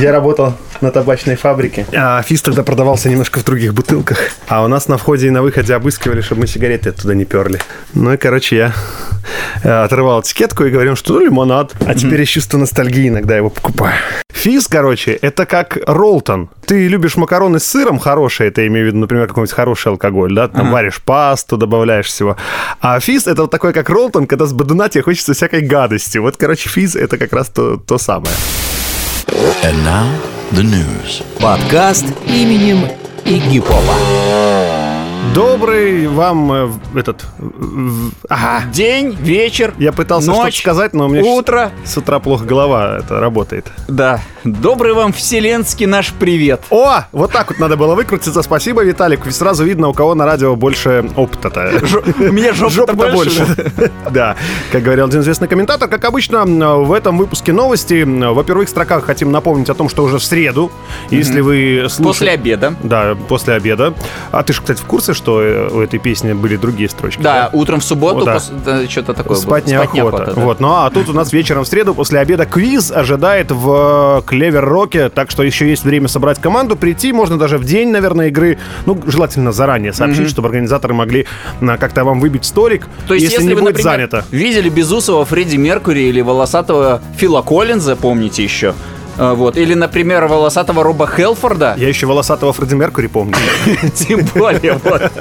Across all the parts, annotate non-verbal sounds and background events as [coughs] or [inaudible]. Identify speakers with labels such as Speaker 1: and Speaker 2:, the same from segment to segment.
Speaker 1: Я работал на табачной фабрике. А физ тогда продавался немножко в других бутылках. А у нас на входе и на выходе обыскивали, чтобы мы сигареты туда не перли. Ну и, короче, я э, оторвал этикетку и говорил, что ну, лимонад. А теперь из чувства ностальгии иногда его покупаю. Физ, короче, это как ролтон. Ты любишь макароны с сыром хорошие, это я имею в виду, например, какой-нибудь хороший алкоголь, да? Там варишь пасту, добавляешь всего. А физ это вот такой, как ролтон, когда с бадуна тебе хочется всякой гадости. Вот, короче, физ это как раз то, то самое.
Speaker 2: And now the news.
Speaker 3: Подкаст именем Игипова.
Speaker 1: Добрый вам э, в- этот... в- Ага.
Speaker 3: А, День, вечер,
Speaker 1: Я пытался что-то
Speaker 3: ночь,
Speaker 1: сказать, но у меня щас-
Speaker 3: утро.
Speaker 1: с утра плохо голова это работает.
Speaker 3: Да. Добрый вам вселенский наш привет.
Speaker 1: О, вот так вот надо было выкрутиться. Спасибо, Виталик. Ведь Сразу видно, у кого на радио больше опыта-то.
Speaker 3: [laughs] Жо- У меня жопа
Speaker 1: Жопа-то
Speaker 3: больше.
Speaker 1: больше. [laughs] Да. Как говорил один известный комментатор, как обычно, м, в этом выпуске новости, м, во первых строках хотим напомнить о том, что уже в среду, если вы
Speaker 3: После
Speaker 1: слушаете...
Speaker 3: обеда.
Speaker 1: Да, после обеда. А ты же, кстати, в курсе, что э, у этой песни были другие строчки?
Speaker 3: Да, утром в субботу
Speaker 1: О, да.
Speaker 3: что-то такое.
Speaker 1: Спать
Speaker 3: было.
Speaker 1: неохота.
Speaker 3: да.
Speaker 1: Вот. Ну а тут у нас вечером в среду после обеда квиз ожидает в э, Клевер Роке, так что еще есть время собрать команду, прийти можно даже в день, наверное, игры. Ну желательно заранее сообщить, чтобы организаторы могли м, как-то вам выбить столик,
Speaker 3: То есть,
Speaker 1: если,
Speaker 3: если,
Speaker 1: не
Speaker 3: вы,
Speaker 1: будет
Speaker 3: например,
Speaker 1: занято.
Speaker 3: видели Безусова Фредди Меркури или волосатого Фила Коллинза, помните еще, э, вот, или, например, волосатого Роба Хелфорда,
Speaker 1: Я еще волосатого Фредди Меркури помню.
Speaker 3: Тем более, вот.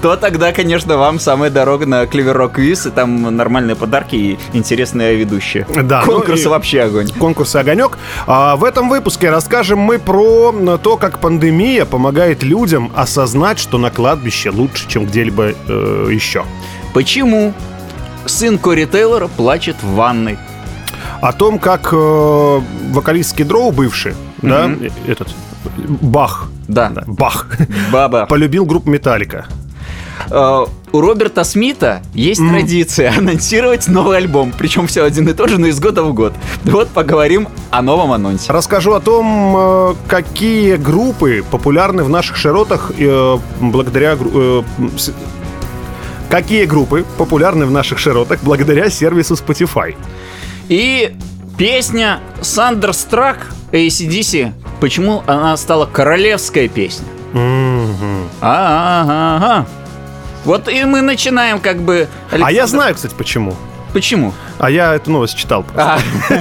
Speaker 3: То тогда, конечно, вам самая дорога на Клеверок Квиз, и там нормальные подарки и интересные ведущие.
Speaker 1: Да, ну
Speaker 3: Конкурсы
Speaker 1: и-
Speaker 3: вообще огонь.
Speaker 1: конкурса «Огонек». А в этом выпуске расскажем мы про м, то, как пандемия помогает людям осознать, что на кладбище лучше, чем где-либо э, еще.
Speaker 3: Почему сын Кори Тейлора плачет в ванной?
Speaker 1: о том, как э, вокалист Кедроу бывший, да, э, этот Бах,
Speaker 3: Да,
Speaker 1: да, Бах,
Speaker 3: баба.
Speaker 1: полюбил группу Металлика.
Speaker 3: Э, У Роберта Смита есть традиция анонсировать новый альбом. Причем все один и тот же, но из года в год. Вот поговорим о новом анонсе.
Speaker 1: Расскажу о том, э, какие группы популярны в наших широтах э, благодаря гру- э, с- Какие группы популярны в наших широтах благодаря сервису Spotify?
Speaker 3: И песня Thunderstruck ACDC. Почему она стала королевская песня? Ага, ага. Вот и мы начинаем как бы...
Speaker 1: А я
Speaker 3: Александр,
Speaker 1: знаю, кстати, почему.
Speaker 3: Почему?
Speaker 1: А я эту новость читал.
Speaker 3: А, [laughs]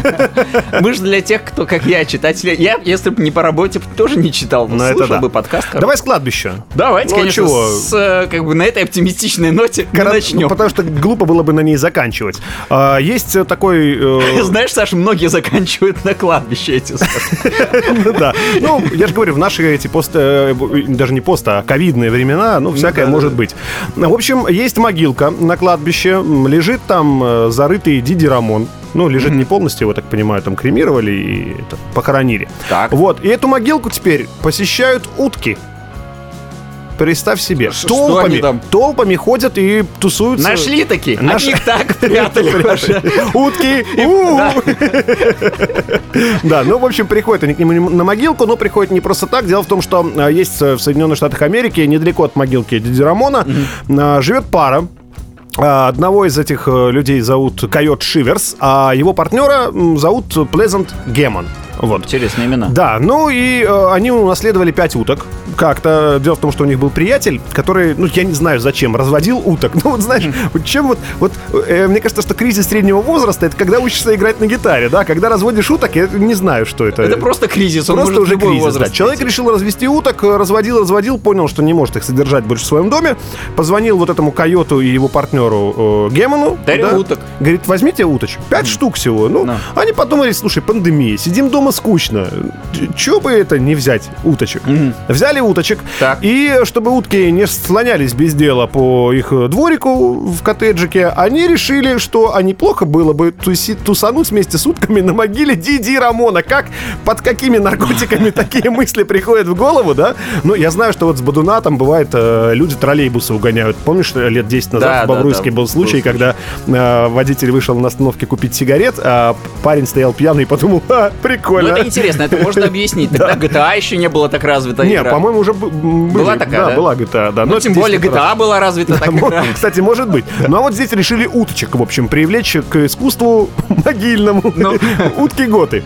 Speaker 3: мы же для тех, кто, как я, читатель. Я, если бы не по работе, б тоже не читал.
Speaker 1: Но Ну, это
Speaker 3: Слушал
Speaker 1: да.
Speaker 3: бы подкаст. хорошо.
Speaker 1: Давай с кладбища.
Speaker 3: Давайте,
Speaker 1: Ну,
Speaker 3: конечно,
Speaker 1: чего?
Speaker 3: с, э, как бы на этой оптимистичной ноте мы
Speaker 1: Короче, ну,
Speaker 3: начнем. [laughs]
Speaker 1: Потому что глупо было бы на ней заканчивать. А, есть э, такой...
Speaker 3: [laughs]
Speaker 1: э,
Speaker 3: Знаешь, Саша, многие заканчивают на кладбище эти сорта.
Speaker 1: Ну [laughs] да. Ну, я же говорю, в наши эти пост... э, б- даже не пост, а ковидные времена, ну, всякое
Speaker 3: да,
Speaker 1: может
Speaker 3: да.
Speaker 1: быть. В общем, есть могилка на кладбище, м, лежит там э, зарытый Диди Рамон. Ну, лежит не полностью, я так понимаю, там кремировали и это, похоронили.
Speaker 3: Так.
Speaker 1: Вот, и эту могилку теперь посещают утки. Представь себе,
Speaker 3: Ш- что они
Speaker 1: толпами,
Speaker 3: там?
Speaker 1: толпами ходят и тусуются.
Speaker 3: Нашли такие.
Speaker 1: Наш-
Speaker 3: Одних
Speaker 1: [laughs]
Speaker 3: так прятали уже.
Speaker 1: Утки! У-у. Да, ну, в общем, приходят они к нему на могилку, но приходят не просто так. Дело в том, что э, есть э, в Соединенных Штатах Америки, недалеко от могилки Диди Рамона, э, живет пара. А, Одного из этих э, людей зовут Койот Шиверс, а его партнера м, зовут Плезант Гемон. Вот.
Speaker 3: Интересные имена.
Speaker 1: Да, ну и э, они унаследовали пять уток. Как-то дело в том, что у них был приятель, который, ну я не знаю зачем, разводил уток. [laughs] Ну вот знаешь, вот чем вот, вот э, мне кажется, что кризис среднего возраста это когда учишься играть на гитаре, да, когда разводишь уток, я не знаю, что это.
Speaker 3: Это просто кризис. он
Speaker 1: Просто
Speaker 3: может в
Speaker 1: уже
Speaker 3: любой
Speaker 1: кризис,
Speaker 3: возраст
Speaker 1: да. Человек решил развести уток, э, разводил, разводил, понял, что не может их содержать больше в своем доме, позвонил вот этому койоту и его партнеру э, Гемону.
Speaker 3: Дарю уток.
Speaker 1: Говорит, возьмите уточек, пять штук всего. Ну,
Speaker 3: Да.
Speaker 1: они подумали, слушай, пандемия, сидим дома скучно, чего бы это не взять уточек? Взяли уточек,
Speaker 3: Так.
Speaker 1: и чтобы утки не слонялись без дела по их э, дворику в коттеджике, они решили, что а неплохо было бы туси- тусануть вместе с утками на могиле Диди Рамона. Как, под какими
Speaker 3: [laughs]
Speaker 1: наркотиками такие мысли приходят в голову, да? Ну, я знаю, что вот с Бадуна там бывает, э, люди троллейбусы угоняют. Помнишь, э, лет 10 назад
Speaker 3: Да,
Speaker 1: в
Speaker 3: да,
Speaker 1: Бобруйске
Speaker 3: да,
Speaker 1: был
Speaker 3: был
Speaker 1: случай,
Speaker 3: случай.
Speaker 1: когда э, водитель вышел на остановке купить сигарет, а парень стоял пьяный и подумал, «Ха,
Speaker 3: Ну,
Speaker 1: прикольно.
Speaker 3: это интересно,
Speaker 1: [laughs]
Speaker 3: это можно объяснить. Тогда GTA еще не было так развита
Speaker 1: Не,
Speaker 3: игра.
Speaker 1: по-моему, уже б- м, были.
Speaker 3: Была такая, да?
Speaker 1: была GTA, да.
Speaker 3: Ну,
Speaker 1: Но
Speaker 3: тем
Speaker 1: здесь
Speaker 3: более
Speaker 1: не про-
Speaker 3: GTA была развита
Speaker 1: [laughs]
Speaker 3: так
Speaker 1: Мо-
Speaker 3: игра.
Speaker 1: Кстати, может быть. Ну а вот здесь решили [laughs] уточек, в общем, привлечь к искусству [laughs] могильному.
Speaker 3: Ну.
Speaker 1: Утки-готы.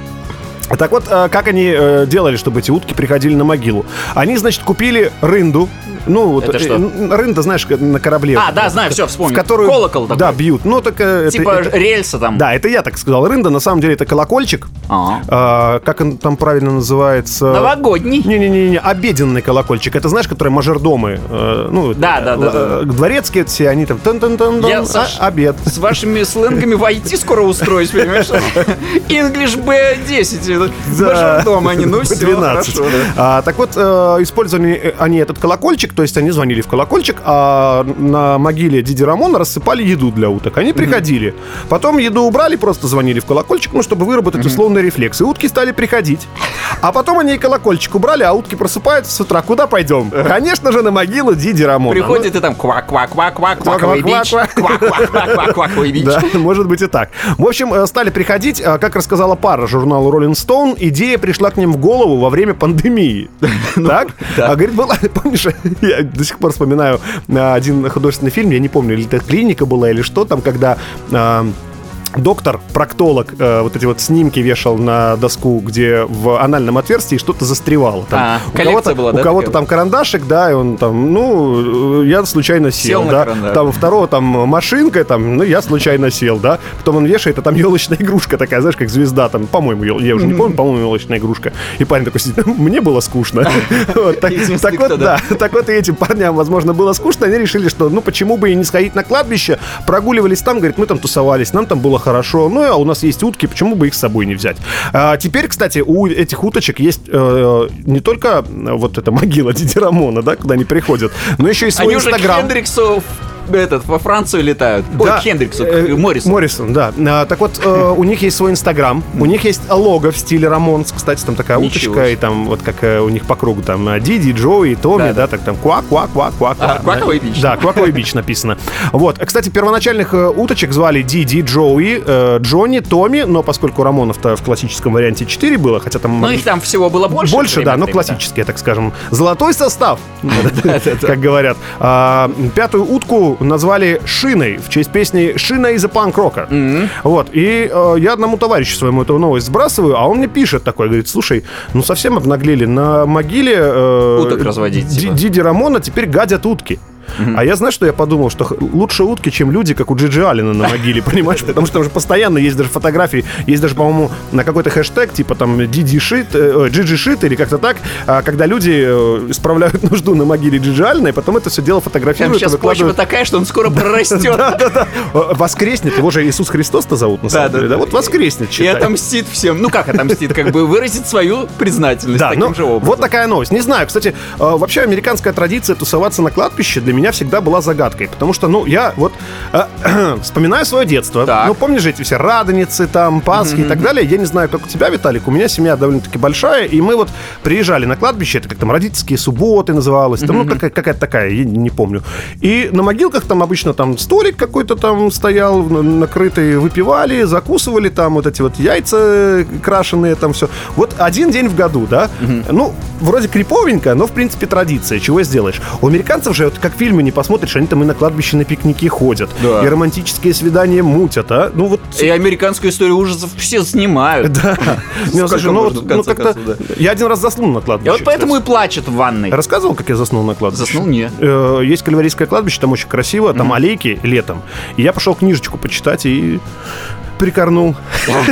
Speaker 1: Так вот, э, как они э, делали, чтобы эти утки приходили на могилу? Они, значит, купили рынду. Ну, вот,
Speaker 3: Это
Speaker 1: э,
Speaker 3: что?
Speaker 1: н- рында, знаешь, к- на корабле.
Speaker 3: А, да, знаю, все,
Speaker 1: В
Speaker 3: вспомнил.
Speaker 1: которую,
Speaker 3: Колокол такой.
Speaker 1: Да, бьют. Ну, так... э, [laughs] это-
Speaker 3: Типа
Speaker 1: это-
Speaker 3: рельса там.
Speaker 1: да, это я так сказал. Рында, на самом деле, это колокольчик.
Speaker 3: А.
Speaker 1: А, как он там правильно называется?
Speaker 3: Новогодний.
Speaker 1: Не-не-не, обеденный колокольчик. Это знаешь, которые мажордомы. э, ну,
Speaker 3: Да, да, да, да.
Speaker 1: э, Дворецкие все, они там тан тан тан
Speaker 3: Я, Саш,
Speaker 1: обед.
Speaker 3: С вашими сленгами в IT скоро устроюсь,
Speaker 1: [laughs]
Speaker 3: понимаешь? English B10.
Speaker 1: Да.
Speaker 3: Даже дома они, ну
Speaker 1: Б-
Speaker 3: все,
Speaker 1: 12.
Speaker 3: хорошо, да.
Speaker 1: А, так вот, э, использовали э, они этот колокольчик, то есть они звонили в колокольчик, а на могиле Диди Рамона рассыпали еду для уток. Они приходили. Потом еду убрали, просто звонили в колокольчик, ну, чтобы выработать условный рефлекс. И утки стали приходить. А потом они и колокольчик убрали, а утки просыпаются с утра. Куда пойдем? Конечно же, на могилу Диди Рамона.
Speaker 3: Приходит и там квак-квак-квак-квак-кваковый бич. Квак-квак-квак-кваковый бич.
Speaker 1: Да,
Speaker 3: [laughs]
Speaker 1: может быть и так. В общем, э, стали приходить, э, как рассказала пара журналу Rolling Stone, идея пришла к ним в голову во время
Speaker 3: [laughs]
Speaker 1: пандемии.
Speaker 3: Ну,
Speaker 1: Так? А говорит, была, [laughs] помнишь, я до сих пор вспоминаю э, один художественный фильм, я не помню, или это клиника была, или что там, когда э, Доктор, проктолог, э, вот эти вот снимки вешал на доску, где в анальном отверстии что-то застревало. Там
Speaker 3: А,
Speaker 1: у
Speaker 3: коллекция
Speaker 1: кого-то,
Speaker 3: была,
Speaker 1: у
Speaker 3: да,
Speaker 1: кого-то
Speaker 3: такая?
Speaker 1: там карандашик, да, и он там, ну, э, я случайно сел,
Speaker 3: Сел на
Speaker 1: да.
Speaker 3: карандаш.
Speaker 1: Там у второго там машинка, там, ну, я случайно сел, да. Потом он вешает, а там елочная игрушка такая, знаешь, как звезда, там, по-моему, ел- я уже не помню, по-моему, елочная игрушка. И парень такой сидит, мне было
Speaker 3: [laughs]
Speaker 1: скучно. Вот, Так
Speaker 3: Единственный,
Speaker 1: так
Speaker 3: кто,
Speaker 1: вот, да, [laughs]
Speaker 3: да.
Speaker 1: так вот и этим парням, возможно, было скучно, они решили, что, ну, почему бы и не сходить на кладбище, прогуливались там, говорит, мы там тусовались, нам там было хорошо, ну, а у нас есть утки, почему бы их с собой не взять? А, Теперь, кстати, у этих уточек есть э, не только э, вот эта могила Дидерамона, да, куда они приходят, но еще и свой
Speaker 3: Они уже к
Speaker 1: инстаграм.
Speaker 3: Хендриксу в- этот, во Францию летают. Ой,
Speaker 1: Да.
Speaker 3: к Хендриксу, к
Speaker 1: Э,
Speaker 3: Моррису.
Speaker 1: Моррисон, да. А, Так вот, э, у них есть свой Инстаграм, у них есть лого в стиле Рамонс, кстати, там такая
Speaker 3: Ничего
Speaker 1: уточка,
Speaker 3: себе.
Speaker 1: и там вот как э, у них по кругу, там э, Диди, Джои, Томми,
Speaker 3: Да,
Speaker 1: да, так там куак, куак, куак, куак.
Speaker 3: А,
Speaker 1: да.
Speaker 3: Кваковый бич.
Speaker 1: Да, Кваковый бич написано. Вот, кстати, первоначальных э, уточек звали Диди, Джои, э, Джонни, Томми, но поскольку Рамонов-то в классическом варианте 4 было, хотя там...
Speaker 3: Ну, их там всего было больше.
Speaker 1: Больше,
Speaker 3: время
Speaker 1: да,
Speaker 3: от
Speaker 1: но
Speaker 3: времени,
Speaker 1: классические, так скажем. Золотой
Speaker 3: [laughs]
Speaker 1: состав, как говорят. А, Пятую утку назвали «Шиной» в честь песни «Шина» из панк-рока. Вот, и э, я одному товарищу своему эту новость сбрасываю, а он мне пишет такой, говорит, слушай, ну совсем обнаглели, на могиле... э,
Speaker 3: Уток разводить,
Speaker 1: Ди-
Speaker 3: типа.
Speaker 1: Диди Рамона теперь гадят утки. А я знаю, что я подумал, что х- лучше утки, чем люди, как у Джиджи Алина на могиле, [laughs] понимаешь? Потому что там же постоянно есть даже фотографии, есть даже, по-моему, на какой-то хэштег, типа там Диди Шит, э, Джиджи Шит или как-то так, а, когда люди э, исправляют [laughs] нужду на могиле Джиджи Алина, и потом это все дело
Speaker 3: Там
Speaker 1: фотографируют и
Speaker 3: сейчас почва
Speaker 1: выкладывают.
Speaker 3: такая, что он
Speaker 1: [laughs]
Speaker 3: скоро прорастет.
Speaker 1: Да-да-да. Э, Воскреснет, его же Иисус Христос-то зовут, на самом
Speaker 3: Да-да-да.
Speaker 1: деле. Да, вот воскреснет,
Speaker 3: И
Speaker 1: считай.
Speaker 3: отомстит всем. Ну как отомстит? Как бы выразит свою признательность
Speaker 1: Да,
Speaker 3: таким
Speaker 1: ну,
Speaker 3: же образом.
Speaker 1: вот такая новость. Не знаю, кстати, э, вообще американская традиция тусоваться на кладбище для меня всегда была загадкой, потому что, ну, я вот э, [clears throat] вспоминаю свое детство.
Speaker 3: Так.
Speaker 1: Ну, помнишь же эти все радоницы, там, Пасхи и так далее. Я не знаю, как у тебя, Виталик, у меня семья довольно-таки большая, и мы вот приезжали на кладбище, это как там родительские субботы называлось, там, ну, какая- какая-то такая, я не помню. И на могилках там обычно там столик какой-то там стоял, н- накрытый, выпивали, закусывали там вот эти вот яйца э, крашеные, там все. Вот один день в году, да? Ну, вроде криповенько, но, в принципе, традиция, чего сделаешь. У американцев же, вот как фильмы не посмотришь, они там и на кладбище на пикники ходят,
Speaker 3: Да.
Speaker 1: и романтические свидания мутят, а? Ну, вот...
Speaker 3: И американскую историю ужасов все снимают.
Speaker 1: Да. Не, ну,
Speaker 3: Сколько
Speaker 1: слушай, ну,
Speaker 3: можно,
Speaker 1: вот,
Speaker 3: в
Speaker 1: ну,
Speaker 3: конце
Speaker 1: как-то...
Speaker 3: концов,
Speaker 1: Я один раз заснул на кладбище.
Speaker 3: И вот
Speaker 1: кстати.
Speaker 3: поэтому и плачет в ванной.
Speaker 1: Я Рассказывал, как я заснул на кладбище?
Speaker 3: Заснул? Нет.
Speaker 1: Э, Есть Кальварийское кладбище, там очень красиво, там аллейки летом. И я пошел книжечку почитать и прикорнул.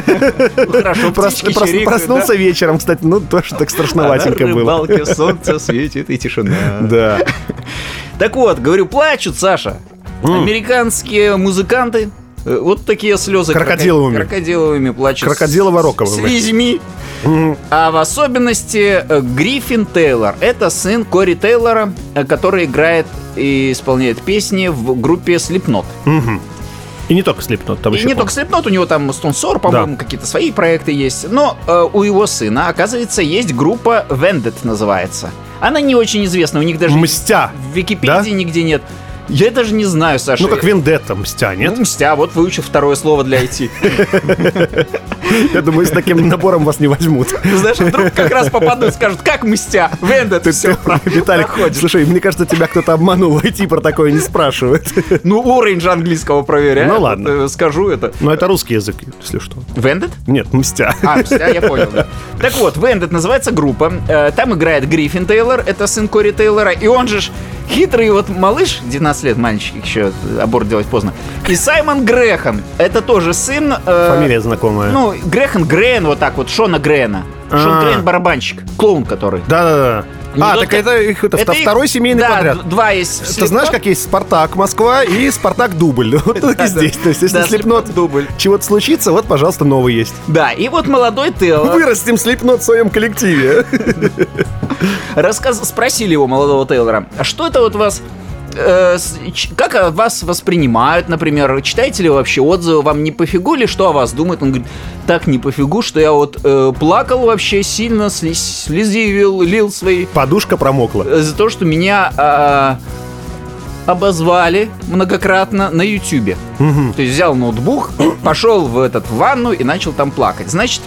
Speaker 3: Хорошо,
Speaker 1: Прос-
Speaker 3: птички
Speaker 1: прос-
Speaker 3: чирикают,
Speaker 1: Проснулся
Speaker 3: да?
Speaker 1: вечером, кстати, ну тоже так страшноватенько
Speaker 3: А на
Speaker 1: было.
Speaker 3: рыбалке солнце светит и тишина.
Speaker 1: Да.
Speaker 3: Так вот, говорю, плачут, Саша. Американские музыканты. э, Вот такие слезы. кроко-
Speaker 1: Крокодиловыми.
Speaker 3: Крокодиловыми плачут.
Speaker 1: Крокодилово-роковыми.
Speaker 3: Слизьми.
Speaker 1: М,
Speaker 3: А в особенности э, Гриффин Тейлор. Это сын Кори Тейлора, э, который играет и исполняет песни в группе Slipknot.
Speaker 1: мгм. И не только слепнут, там
Speaker 3: И
Speaker 1: еще
Speaker 3: не
Speaker 1: помню.
Speaker 3: только Slipknot, у него там Stone Sour, по-моему, какие-то свои проекты есть. Но э, у его сына, оказывается, есть группа Vended называется. Она не очень известна, у них даже
Speaker 1: Мстя.
Speaker 3: в
Speaker 1: Да?
Speaker 3: Википедии нигде нет. Я даже не знаю, Саша.
Speaker 1: Ну, как Вендетта, мстя, нет?
Speaker 3: Ну, Мстя, вот выучил второе слово для
Speaker 1: [laughs]
Speaker 3: IT. Ну,
Speaker 1: Я думаю, с
Speaker 3: [laughs]
Speaker 1: таким набором вас не возьмут.
Speaker 3: Ты знаешь, вдруг как раз попадут, скажут, как мстя, Венда, ты все
Speaker 1: [laughs] Виталик, слушай, мне кажется, тебя кто-то обманул, [laughs] IT про такое не спрашивают.
Speaker 3: Ну, уровень же английского проверяю.
Speaker 1: Ну, ладно.
Speaker 3: Вот, э, Скажу это.
Speaker 1: Но это русский язык, если что.
Speaker 3: Вендет?
Speaker 1: Нет, мстя.
Speaker 3: А, мстя, я понял, да. Так вот, Вендет называется группа. Э, Там играет Гриффин Тейлор, это сын Кори Тейлора, и он же ж хитрый вот малыш, 19 лет мальчик, еще аборт делать поздно. И Саймон Грехан, это тоже сын... э,
Speaker 1: [laughs] Фамилия знакомая.
Speaker 3: Ну, Грехан Грен, вот так вот, Шона Грена.
Speaker 1: А.
Speaker 3: Шон Грен барабанщик, клоун который.
Speaker 1: Да-да-да.
Speaker 3: Ну,
Speaker 1: А,
Speaker 3: да,
Speaker 1: так
Speaker 3: да.
Speaker 1: это их это
Speaker 3: Это их-
Speaker 1: второй семейный
Speaker 3: да,
Speaker 1: подряд.
Speaker 3: д- два есть.
Speaker 1: Ты знаешь, как есть Спартак Москва и Спартак Дубль. [laughs] Вот так и
Speaker 3: Да-да.
Speaker 1: здесь. То есть, если
Speaker 3: Да,
Speaker 1: Слепнот
Speaker 3: Slipknot дубль.
Speaker 1: чего-то случится, вот, пожалуйста, новый есть.
Speaker 3: Да, и вот молодой Тейлор.
Speaker 1: Вырастим Слепнот в своем
Speaker 3: [laughs]
Speaker 1: коллективе.
Speaker 3: Рассказ... Спросили его, молодого Тейлора, а что это вот вас... э, с- ч- Как о вас воспринимают, например? Читаете ли вы вообще отзывы? Вам не пофигу ли, что о вас думают? Он говорит, так не пофигу, что я вот э, плакал вообще сильно, сли- слезивил, лил свои...
Speaker 1: Подушка промокла.
Speaker 3: э, За то, что меня а, обозвали многократно на Ютубе. То есть взял
Speaker 1: [coughs]
Speaker 3: ноутбук, пошел в этот в ванну и начал там плакать. Значит,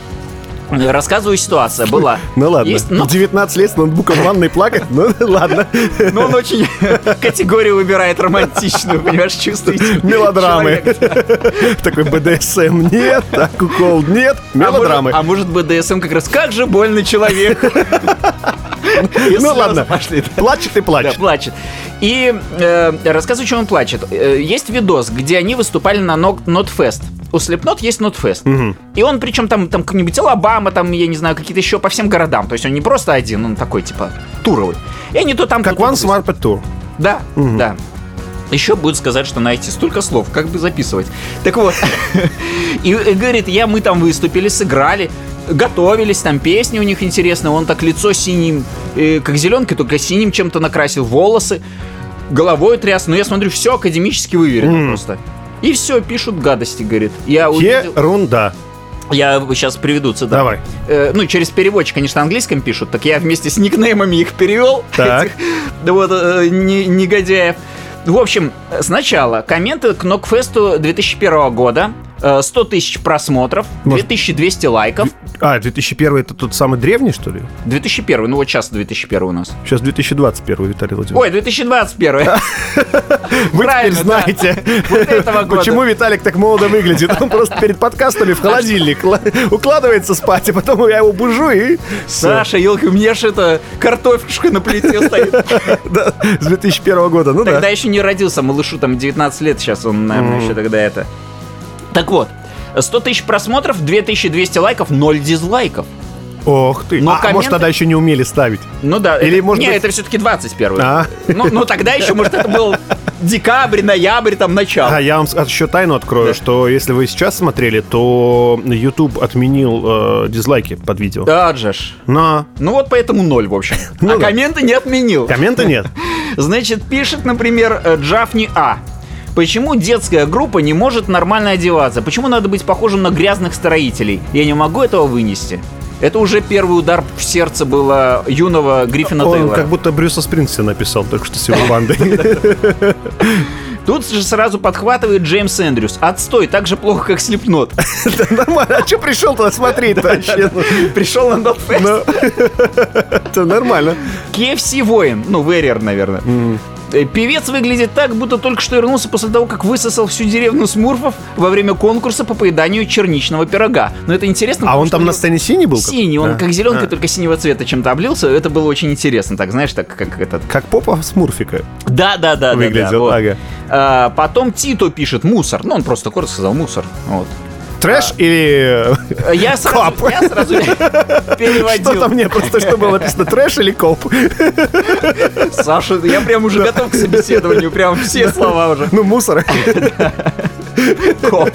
Speaker 3: э, рассказываю ситуация была.
Speaker 1: Ну ладно.
Speaker 3: Есть, но-
Speaker 1: В 19 лет с ноутбуком в ванной плакать? Ну [laughs] ладно.
Speaker 3: но он очень [laughs] категорию выбирает романтичную, понимаешь, А чувствуете.
Speaker 1: [laughs] Мелодрамы. Такой БДСМ нет, так укол нет, мелодрамы.
Speaker 3: А может, БДСМ как раз как же
Speaker 1: [laughs]
Speaker 3: больно человек. И
Speaker 1: Ну
Speaker 3: слезы
Speaker 1: ладно,
Speaker 3: пошли, да.
Speaker 1: плачет и
Speaker 3: Да,
Speaker 1: плачет.
Speaker 3: плачет. И э, рассказываю, чем он плачет. Э, есть видос, где они выступали на Нок- Нотфест. У Slipknot есть Нотфест. И он, причем там, там какой-нибудь Алабама, там, я не знаю, какие-то еще по всем городам. То есть он не просто один, он такой, типа, туровый. И они то там...
Speaker 1: Как
Speaker 3: то тут
Speaker 1: One Smart Pet Tour.
Speaker 3: да, да. Еще будет сказать, что найти столько слов, как бы записывать. Так вот, [laughs] и э, говорит, я, мы там выступили, сыграли, готовились, там песни у них интересные, он так лицо синим, э, как зеленкой, только синим чем-то накрасил, волосы, головой тряс, но я смотрю, все академически выверено просто. И все, пишут гадости, говорит. Я, увидел-
Speaker 1: Ерунда.
Speaker 3: я сейчас приведу цитаты.
Speaker 1: Давай.
Speaker 3: Э, ну, через переводчик, конечно, английском пишут, так я вместе с никнеймами их перевел.
Speaker 1: Так.
Speaker 3: этих, да вот, э, не- негодяев. В общем, э, сначала комменты к Нокфесту 2001 года. э, 100 тысяч просмотров, 2200 лайков.
Speaker 1: А, 2001 это тот самый древний, что ли?
Speaker 3: 2001, ну вот сейчас 2001 у нас.
Speaker 1: Сейчас 2021, Виталий Владимирович.
Speaker 3: Ой, 2021.
Speaker 1: Вы теперь
Speaker 3: правильно, да.
Speaker 1: знаете,
Speaker 3: Вот этого года.
Speaker 1: почему Виталик так молодо выглядит. Он просто перед подкастами в холодильник ла- укладывается спать, а потом я его бужу и... всё.
Speaker 3: Саша, елки, у меня же это картофельшка на плите стоит.
Speaker 1: Да, с 2001 года, ну
Speaker 3: Тогда
Speaker 1: да.
Speaker 3: еще не родился малышу, там 19 лет сейчас он, наверное, еще тогда это. Так вот, 100 тысяч просмотров, 2200 лайков, 0 дизлайков.
Speaker 1: Ох ты.
Speaker 3: Но
Speaker 1: А,
Speaker 3: Ну, комменты-
Speaker 1: может, тогда еще не умели ставить.
Speaker 3: Ну да.
Speaker 1: Или,
Speaker 3: это-
Speaker 1: может
Speaker 3: не,
Speaker 1: быть-
Speaker 3: это все-таки 21
Speaker 1: А.
Speaker 3: ну, ну тогда еще, может, это был декабрь, ноябрь, там, начало.
Speaker 1: А я вам еще тайну открою, что если вы сейчас смотрели, то YouTube отменил э, дизлайки под видео.
Speaker 3: Да, Джош.
Speaker 1: Но
Speaker 3: Ну вот поэтому ноль, в общем.
Speaker 1: [laughs] Ну
Speaker 3: а
Speaker 1: да.
Speaker 3: комменты не отменил.
Speaker 1: комменты
Speaker 3: [laughs]
Speaker 1: нет.
Speaker 3: Значит, пишет, например, э, Джафни А. Почему детская группа не может нормально одеваться? Почему надо быть похожим на грязных строителей? Я не могу этого вынести. Это уже первый удар в сердце было юного Гриффина
Speaker 1: Он
Speaker 3: Тейлора.
Speaker 1: как будто Брюса Спрингстина написал только что с его бандой.
Speaker 3: Тут же сразу подхватывает Джеймс Эндрюс. Отстой, так же плохо, как Слепнот.
Speaker 1: Да Нормально, а что пришел туда смотреть вообще?
Speaker 3: Пришел на Нотфест.
Speaker 1: Ну, [laughs] Это нормально.
Speaker 3: KFC воин, ну, Верер, наверное. Э, Певец выглядит так, будто только что вернулся после того, как высосал всю деревню смурфов во время конкурса по поеданию черничного пирога. Но это интересно.
Speaker 1: А
Speaker 3: потому
Speaker 1: он
Speaker 3: что
Speaker 1: там
Speaker 3: у
Speaker 1: на
Speaker 3: него
Speaker 1: сцене синий был?
Speaker 3: Синий, он
Speaker 1: Да.
Speaker 3: как зеленка, только синего цвета чем-то облился. Это было очень интересно, так знаешь, так как этот.
Speaker 1: Как попа с Мурфика
Speaker 3: Да, да, да, да. да
Speaker 1: выглядел.
Speaker 3: вот.
Speaker 1: Ага.
Speaker 3: А, потом Тито пишет мусор. Ну, он просто коротко сказал мусор. Вот.
Speaker 1: Трэш
Speaker 3: [laughs]
Speaker 1: или...
Speaker 3: Э, Я сразу,
Speaker 1: Коп.
Speaker 3: я
Speaker 1: [laughs]
Speaker 3: сразу переводил.
Speaker 1: Что там мне просто что было написано? Трэш или коп?
Speaker 3: Саша, я прям уже готов к собеседованию, прям все слова уже.
Speaker 1: Ну, мусор.
Speaker 3: [laughs]
Speaker 1: Ну.
Speaker 3: Коп.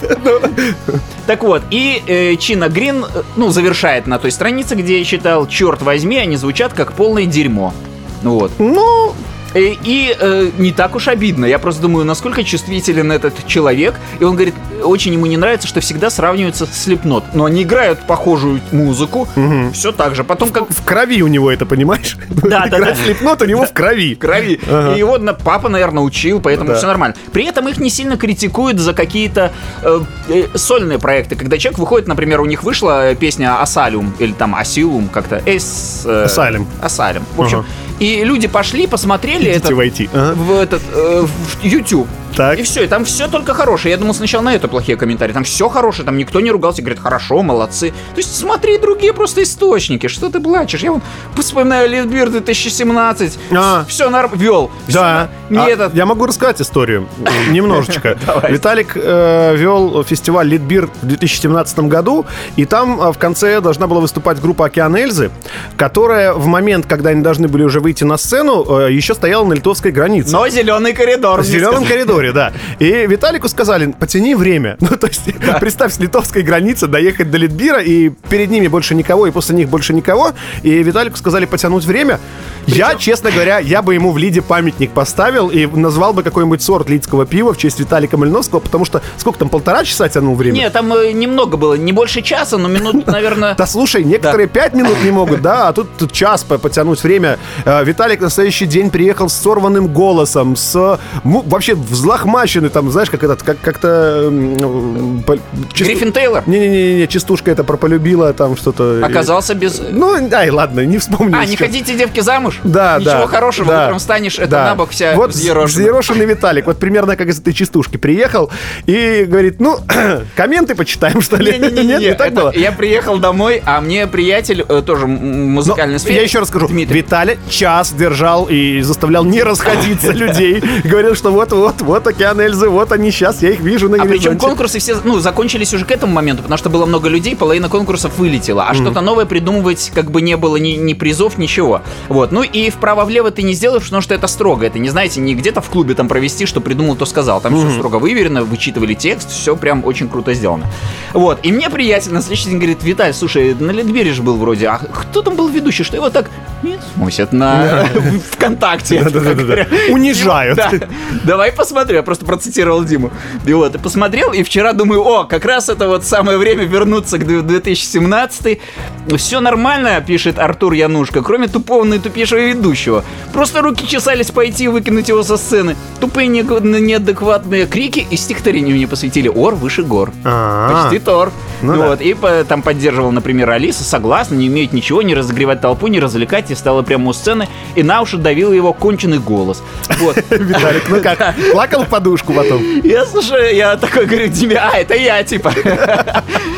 Speaker 3: Так вот, и э, Чина Грин, э, ну, завершает на той странице, где я читал, черт возьми, они звучат как полное дерьмо. Ну вот.
Speaker 1: Ну,
Speaker 3: И, и, э, не так уж обидно. Я просто думаю, насколько чувствителен этот человек. И он говорит, очень ему не нравится, что всегда сравниваются с Слепнот. Но они играют похожую музыку, все так же. Потом как
Speaker 1: В крови у него это, понимаешь?
Speaker 3: Да, да, да.
Speaker 1: Играть Slipknot у него в крови.
Speaker 3: крови. И его на- папа, наверное, учил, поэтому
Speaker 1: Да.
Speaker 3: все нормально. При этом их не сильно критикуют за какие-то э, э, сольные проекты. Когда человек выходит, например, у них вышла э, песня Асалиум или там Асилум как-то. Эс, э,
Speaker 1: Asylum.
Speaker 3: Asylum. В общем,
Speaker 1: Ага. типа
Speaker 3: и люди пошли, посмотрели
Speaker 1: Идите
Speaker 3: это
Speaker 1: войти. Ага.
Speaker 3: в этот э, в YouTube.
Speaker 1: Так.
Speaker 3: И все, и там все только хорошее. Я думал сначала на это плохие комментарии. Там все хорошее, там никто не ругался, говорит, хорошо, молодцы. То есть смотри другие просто источники. Что ты плачешь? Я вот вспоминаю Литбир 2017.
Speaker 1: А.
Speaker 3: Все нар вел. Всё
Speaker 1: Да.
Speaker 3: на- не
Speaker 1: А,
Speaker 3: этот.
Speaker 1: Я могу рассказать историю э,
Speaker 3: [laughs]
Speaker 1: немножечко. Виталик э, вел фестиваль Литбир в 2017 году, и там э, в конце должна была выступать группа Океан Эльзы, которая в момент, когда они должны были уже выйти на сцену, еще стояла на литовской границе.
Speaker 3: Но зеленый коридор.
Speaker 1: В
Speaker 3: мне
Speaker 1: зеленом
Speaker 3: сказали.
Speaker 1: коридоре, да. И Виталику сказали, потяни время. [laughs] Ну, то есть, представь, с литовской границы доехать до Литбира, и перед ними больше никого, и после них больше никого. И Виталику сказали потянуть время. Я, честно говоря, я бы ему в Лиде памятник поставил и назвал бы какой-нибудь сорт лидского пива в честь Виталика Малиновского, потому что сколько там, полтора часа тянул время?
Speaker 3: Не, там э, немного было, не больше часа,
Speaker 1: [laughs]
Speaker 3: но минут, наверное...
Speaker 1: Да слушай, некоторые пять минут не могут, да, а тут тут час по- потянуть время. Э, Виталик на следующий день приехал с сорванным голосом, с э, му- вообще взлохмаченный, там, знаешь, как этот, как- как-то... м, ну, по- чис-
Speaker 3: Гриффин Тейлор
Speaker 1: Не-не-не, частушка это прополюбила, там что-то... э,
Speaker 3: оказался без... э,
Speaker 1: Ну, да, и ладно, не вспомнил.
Speaker 3: А, не
Speaker 1: сейчас.
Speaker 3: ходите, девки, замуж?
Speaker 1: Да,
Speaker 3: Ничего
Speaker 1: да.
Speaker 3: хорошего,
Speaker 1: да,
Speaker 3: утром станешь, это
Speaker 1: да.
Speaker 3: на бок вся
Speaker 1: Вот
Speaker 3: взъерошена.
Speaker 1: взъерошенный Виталик, вот примерно как из этой частушки приехал и говорит, ну, [clears throat] комменты почитаем, что ли? Нет, не так
Speaker 3: это-
Speaker 1: было?
Speaker 3: Я приехал домой, а мне приятель э, тоже м- м-
Speaker 1: Но
Speaker 3: музыкальной сфере.
Speaker 1: Ну, Я еще раз скажу.
Speaker 3: Дмитрий.
Speaker 1: Виталий час держал и заставлял не
Speaker 3: [laughs]
Speaker 1: расходиться людей. Говорил, что вот-вот-вот океан Эльзы, вот они сейчас, я их вижу на
Speaker 3: А причем
Speaker 1: горизонте.
Speaker 3: конкурсы все ну, закончились уже к этому моменту, потому что было много людей, половина конкурсов вылетела. А что-то новое придумывать как бы не было ни, ни призов, ничего. Вот. Ну и вправо-влево ты не сделаешь, потому что это строго. Это не, знаете, не где-то в клубе там провести, что придумал, то сказал. Там все строго выверено, вычитывали текст, все прям очень круто сделано. Вот. И мне приятель на следующий день говорит, Виталь, слушай, на Литбере же был вроде, а кто там был ведущий, что его так не смосят на [laughs] ВКонтакте. [laughs]
Speaker 1: Да-да-да-да. Унижают.
Speaker 3: Да. Давай посмотрю. Я просто процитировал Диму. И вот, и посмотрел, и вчера думаю, о, как раз это вот самое время вернуться к 2017. Все нормально, пишет Артур Янушка, кроме тупого и тупейшего ведущего. Просто руки чесались пойти и выкинуть его со сцены. Тупые не- неадекватные крики и стихотворению мне посвятили. Ор выше гор.
Speaker 1: А-а.
Speaker 3: Почти Тор.
Speaker 1: Ну да.
Speaker 3: вот, и по- там поддерживал, например, Алиса, согласна, не умеет ничего, не разогревать толпу, не развлекать, и стала прямо у сцены, и на уши давил его конченый голос. Вот.
Speaker 1: Виталик, ну как, плакал в подушку потом.
Speaker 3: Я слушаю, я такой говорю, Диме, а, это я, типа. [laughs]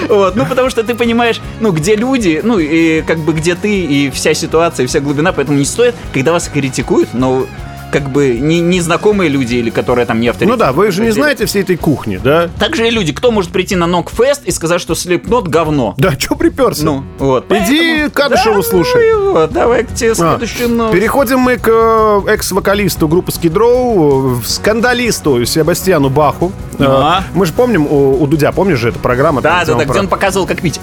Speaker 3: Вот, ну, потому что ты понимаешь, ну, где люди, ну, и как бы где ты, и вся ситуация, и вся глубина, поэтому не стоит, когда вас критикуют, но как бы не- незнакомые люди или которые там не авторитеты.
Speaker 1: Ну да, вы же не знаете всей этой кухни, да?
Speaker 3: Также и люди, кто может прийти на Нокфест и сказать, что Слепнот говно?
Speaker 1: Да, чё приперся?
Speaker 3: Ну, вот.
Speaker 1: Иди
Speaker 3: Кадышеву
Speaker 1: Кадышеву слушай.
Speaker 3: давай к тебе
Speaker 1: А,
Speaker 3: следующую новость.
Speaker 1: Переходим мы к э, экс-вокалисту группы Скидроу, скандалисту Себастьяну Баху.
Speaker 3: Да.
Speaker 1: Э, Мы же помним, у, у Дудя, помнишь же, эта программа?
Speaker 3: А. Да,
Speaker 1: там,
Speaker 3: да, да,
Speaker 1: про-
Speaker 3: где он показывал, как пить.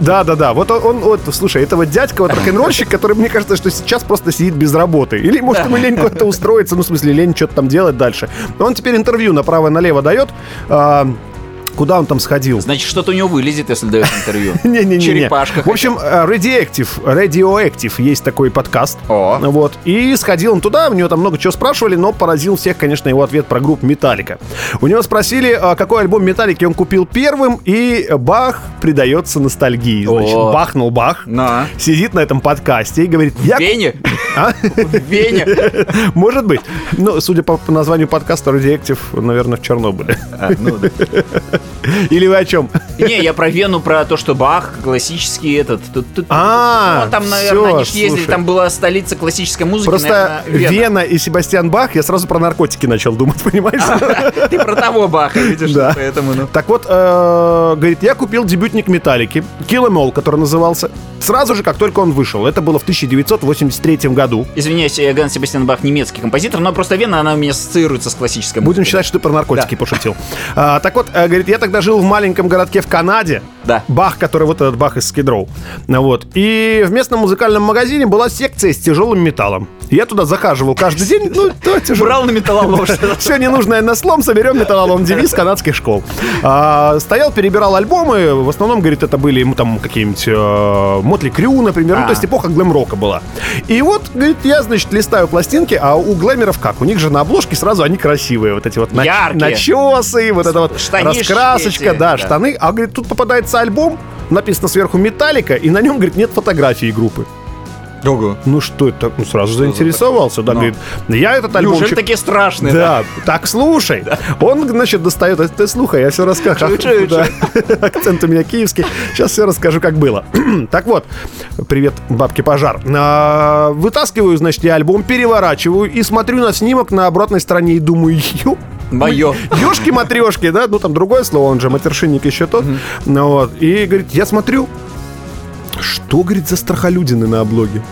Speaker 1: Да, да, да. Вот он, он- вот, слушай, это вот дядька, вот рок-н-ролльщик, который, мне кажется, что сейчас просто сидит без работы. Или, может, ему лень куда-то устроиться, ну, в смысле, лень что-то там делать дальше. Он теперь интервью направо-налево дает. А, куда он там сходил?
Speaker 3: Значит, что-то у него вылезет, если дает
Speaker 1: [laughs]
Speaker 3: интервью.
Speaker 1: Не-не-не.
Speaker 3: Черепашка.
Speaker 1: В общем, э, Radioactive, Radioactive есть такой подкаст.
Speaker 3: О.
Speaker 1: Вот. И сходил он туда, у него там много чего спрашивали, но поразил всех, конечно, его ответ про группу Металлика. У него спросили, а, какой альбом Металлики он купил первым, и бах, придается ностальгии. Значит,
Speaker 3: О.
Speaker 1: бахнул бах.
Speaker 3: На.
Speaker 1: Сидит на этом подкасте и говорит, я...
Speaker 3: В Вене?
Speaker 1: А?
Speaker 3: В Вене?
Speaker 1: Может быть. Ну, судя по, по названию подкаста, Radioactive, наверное, в Чернобыле. [laughs]
Speaker 3: А, ну да.
Speaker 1: Или вы о чем?
Speaker 3: Не, я про Вену, про то, что Бах, классический этот. тут- тут-
Speaker 1: А,
Speaker 3: Ну, там,
Speaker 1: всё,
Speaker 3: наверное, они ж ездили,
Speaker 1: слушай.
Speaker 3: там была столица классической музыки,
Speaker 1: Просто
Speaker 3: наверное, Вена.
Speaker 1: Вена и Себастьян Бах, я сразу про наркотики начал думать, [laughs] понимаешь?
Speaker 3: Ты про того Баха, видишь,
Speaker 1: Да.
Speaker 3: поэтому, ну.
Speaker 1: Так вот, э, говорит, я купил дебютник Металлики, Kill Em All, который назывался, сразу же, как только он вышел. Это было в 1983 году.
Speaker 3: Извиняюсь, э, Ганс Себастьян Бах немецкий композитор, но просто Вена, она у меня ассоциируется с классической
Speaker 1: Будем
Speaker 3: музыкой.
Speaker 1: считать, что ты про наркотики
Speaker 3: Да.
Speaker 1: пошутил. А, так вот, э, говорит, я Я тогда жил в маленьком городке в Канаде.
Speaker 3: Да.
Speaker 1: Бах, который вот этот бах из Скидроу. Ну Вот. И в местном музыкальном магазине была секция с тяжелым металлом. Я туда захаживал каждый день. Ну, то тяжело.
Speaker 3: Брал на металлолом.
Speaker 1: Все ну, ненужное на слом, соберем металлолом. Девиз канадских школ. А, стоял, перебирал альбомы. В основном, говорит, это были ему там какие-нибудь э, Мотли Крю, например.
Speaker 3: А.
Speaker 1: Ну, то есть эпоха глэм-рока была. И вот, говорит, я, значит, листаю пластинки, а у глэмеров как? У них же на обложке сразу они красивые. Вот эти вот нач-
Speaker 3: Яркие.
Speaker 1: начесы, вот это вот
Speaker 3: Штанишки
Speaker 1: раскрасочка,
Speaker 3: эти,
Speaker 1: да,
Speaker 3: да.
Speaker 1: штаны. А, говорит, тут попадается альбом, написано сверху «Металлика», и на нем, говорит, нет фотографии группы.
Speaker 3: Другу.
Speaker 1: Ну что это? Ну сразу заинтересовался, да,
Speaker 3: Ну.
Speaker 1: говорит. Я этот
Speaker 3: Неужели
Speaker 1: альбомчик...
Speaker 3: такие страшные?
Speaker 1: Да, так слушай. Он, значит, достает. «Э, Ты слухай, я все расскажу.
Speaker 3: Чё, чё,
Speaker 1: Да. [laughs] Акцент у меня киевский. Сейчас все расскажу, как было. [clears throat] Так вот, привет, бабки пожар. А, Вытаскиваю, значит, я альбом, переворачиваю и смотрю на снимок на обратной стороне и думаю, ё. [laughs]
Speaker 3: Мое.
Speaker 1: Ёшки матрешки, да, ну там другое слово, он же матершинник еще тот. Ну вот. И говорит, я смотрю, что, говорит, за страхолюдины на облоге?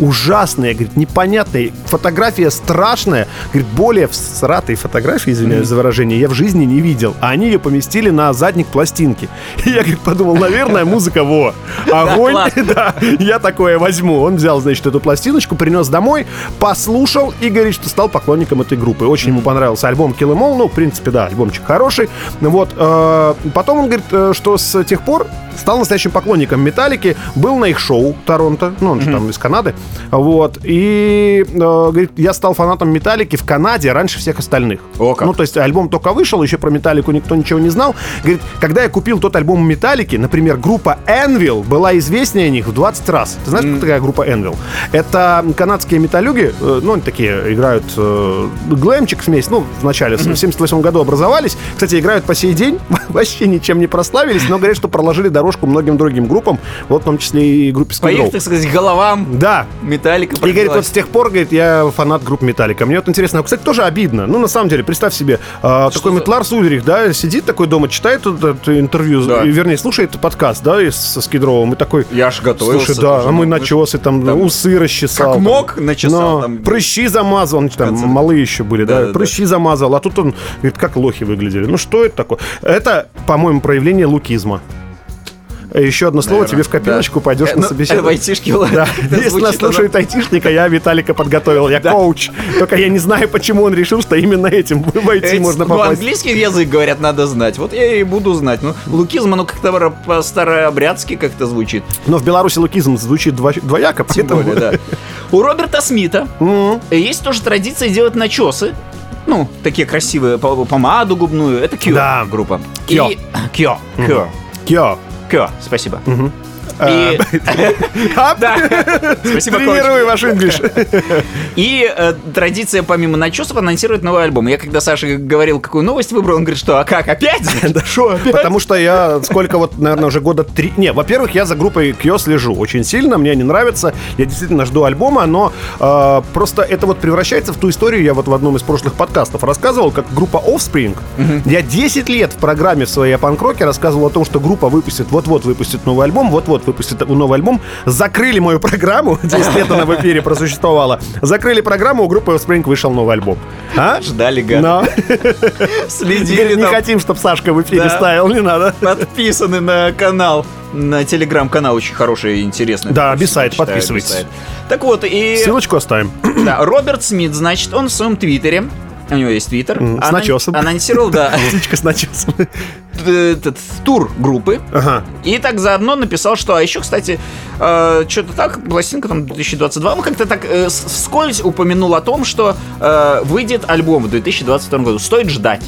Speaker 1: ужасная, говорит, непонятная, фотография страшная, говорит, более всратой фотографии, извиняюсь за выражение, я в жизни не видел, а они ее поместили на задник пластинки. [laughs] И я, говорит, подумал, наверное, музыка, во, огонь, [laughs] да, я такое возьму. Он взял, значит, эту пластиночку, принес домой, послушал и, говорит, что стал поклонником этой группы. Очень ему понравился альбом Kill Em All, ну, в принципе, да, альбомчик хороший. Ну Вот, э, потом он говорит, э, что с тех пор стал настоящим поклонником Металлики, был на их шоу Торонто, ну, он же там из Канады, вот, и, э, говорит, я стал фанатом Металлики в Канаде раньше всех остальных.
Speaker 3: О, как.
Speaker 1: Ну, то есть альбом только вышел, еще про Металлику никто ничего не знал. Говорит, когда я купил тот альбом Металлики, например, группа Anvil была известнее них в 20 раз. Ты знаешь, кто такая группа Anvil? Это канадские металлюги, э, ну, они такие играют э, глэмчик смесь, ну, в начале, в 78 году образовались. Кстати, играют по сей день, [laughs] вообще ничем не прославились, но говорят, что проложили дорожку многим другим группам, вот в том числе и группе
Speaker 3: По их,
Speaker 1: Скидроу.
Speaker 3: так сказать, головам
Speaker 1: Да,
Speaker 3: металлика
Speaker 1: и говорит, вот
Speaker 3: прошлась.
Speaker 1: с тех пор, говорит, я фанат группы Металлика. Мне вот интересно, а, кстати, тоже обидно. Ну, на самом деле, представь себе, а, такой
Speaker 3: за-
Speaker 1: Метлар Судрих, да, сидит такой дома, читает вот это интервью,
Speaker 3: Да.
Speaker 1: и, вернее, слушает подкаст, да, из- со Скидровым, и такой...
Speaker 3: Я ж готовился.
Speaker 1: Слушай, да,
Speaker 3: тоже,
Speaker 1: а мы
Speaker 3: ну,
Speaker 1: начесы там,
Speaker 3: там
Speaker 1: усы расчесал.
Speaker 3: как
Speaker 1: там,
Speaker 3: мог начесал, там,
Speaker 1: Прыщи замазал, он там
Speaker 3: конце.
Speaker 1: малы еще были, да,
Speaker 3: Да-да-да.
Speaker 1: прыщи замазал, а тут он, говорит, как лохи выглядели. Ну, что это такое? Это, по-моему, проявление лукизма. Еще одно слово тебе в копилочку
Speaker 3: Да.
Speaker 1: пойдешь
Speaker 3: Э,
Speaker 1: на
Speaker 3: ну, э,
Speaker 1: собеседование.
Speaker 3: В айтишке,
Speaker 1: Да,
Speaker 3: ладно, [laughs]
Speaker 1: если
Speaker 3: это
Speaker 1: нас
Speaker 3: звучит, оно-
Speaker 1: слушает [laughs] айтишника, я Виталика подготовил, я коуч. Только я не знаю, почему он решил, что именно этим [laughs] в IT
Speaker 3: Эти-
Speaker 1: можно
Speaker 3: ну,
Speaker 1: попасть.
Speaker 3: английский язык, говорят, надо знать. Вот я и буду знать. Ну, лукизм, оно как-то ра- по-старообрядски как-то звучит.
Speaker 1: Но в Беларуси лукизм звучит два- двояко,
Speaker 3: Тем
Speaker 1: поэтому...
Speaker 3: более, да. У Роберта Смита есть тоже традиция делать начесы. Ну, такие красивые, по- помаду губную. Это Кьо
Speaker 1: Да.
Speaker 3: группа.
Speaker 1: Кьо.
Speaker 3: И- Кьо. Кьо.
Speaker 1: [laughs] Кё.
Speaker 3: Кьо. Спасибо.
Speaker 1: А,
Speaker 3: И-
Speaker 1: Ап,
Speaker 3: [laughs] Да. Спасибо, Колыч.
Speaker 1: Тренирую ваш инглиш.
Speaker 3: И э, традиция, помимо начесов, анонсирует новый альбом. Я когда Саша говорил, какую новость выбрал, он говорит, что, а как, опять?
Speaker 1: [laughs] Да шо опять? Потому что я сколько вот, наверное, уже года три... Не, во-первых, я за группой Кьо слежу очень сильно, мне они нравятся, я действительно жду альбома, но э, просто это вот превращается в ту историю, я вот в одном из прошлых подкастов рассказывал, как группа Offspring. Я 10 лет в программе в своей о панк-роке рассказывал о том, что группа выпустит, вот-вот выпустит новый альбом, вот-вот выпустит новый альбом. Закрыли мою программу, [laughs] 10 лет она в эфире просуществовала. Закрыли программу, у группы Offspring вышел новый альбом. А?
Speaker 3: Ждали, гады.
Speaker 1: Но
Speaker 3: Следили
Speaker 1: [laughs] не
Speaker 3: там.
Speaker 1: хотим, чтобы Сашка в эфире
Speaker 3: Да.
Speaker 1: ставил, не надо.
Speaker 3: подписаны на канал. На телеграм-канал очень хороший и интересный.
Speaker 1: Да,
Speaker 3: Всегда
Speaker 1: Бисайд,
Speaker 3: читаю,
Speaker 1: подписывайтесь.
Speaker 3: Бисайд. Так вот, и
Speaker 1: Ссылочку оставим.
Speaker 3: да, Роберт Смит, значит, он в своем твиттере, у него есть твиттер,
Speaker 1: М, с
Speaker 3: анон-
Speaker 1: начесом. [laughs]
Speaker 3: анонсировал, да,
Speaker 1: [coughs] Ссылочка с начесом.
Speaker 3: этот тур группы.
Speaker 1: Ага.
Speaker 3: И так заодно написал, что... А еще, кстати, что-то так, пластинка там 2022, он как-то так э, с- вскользь упомянул о том, что э, выйдет альбом в 2022 году. Стоит ждать.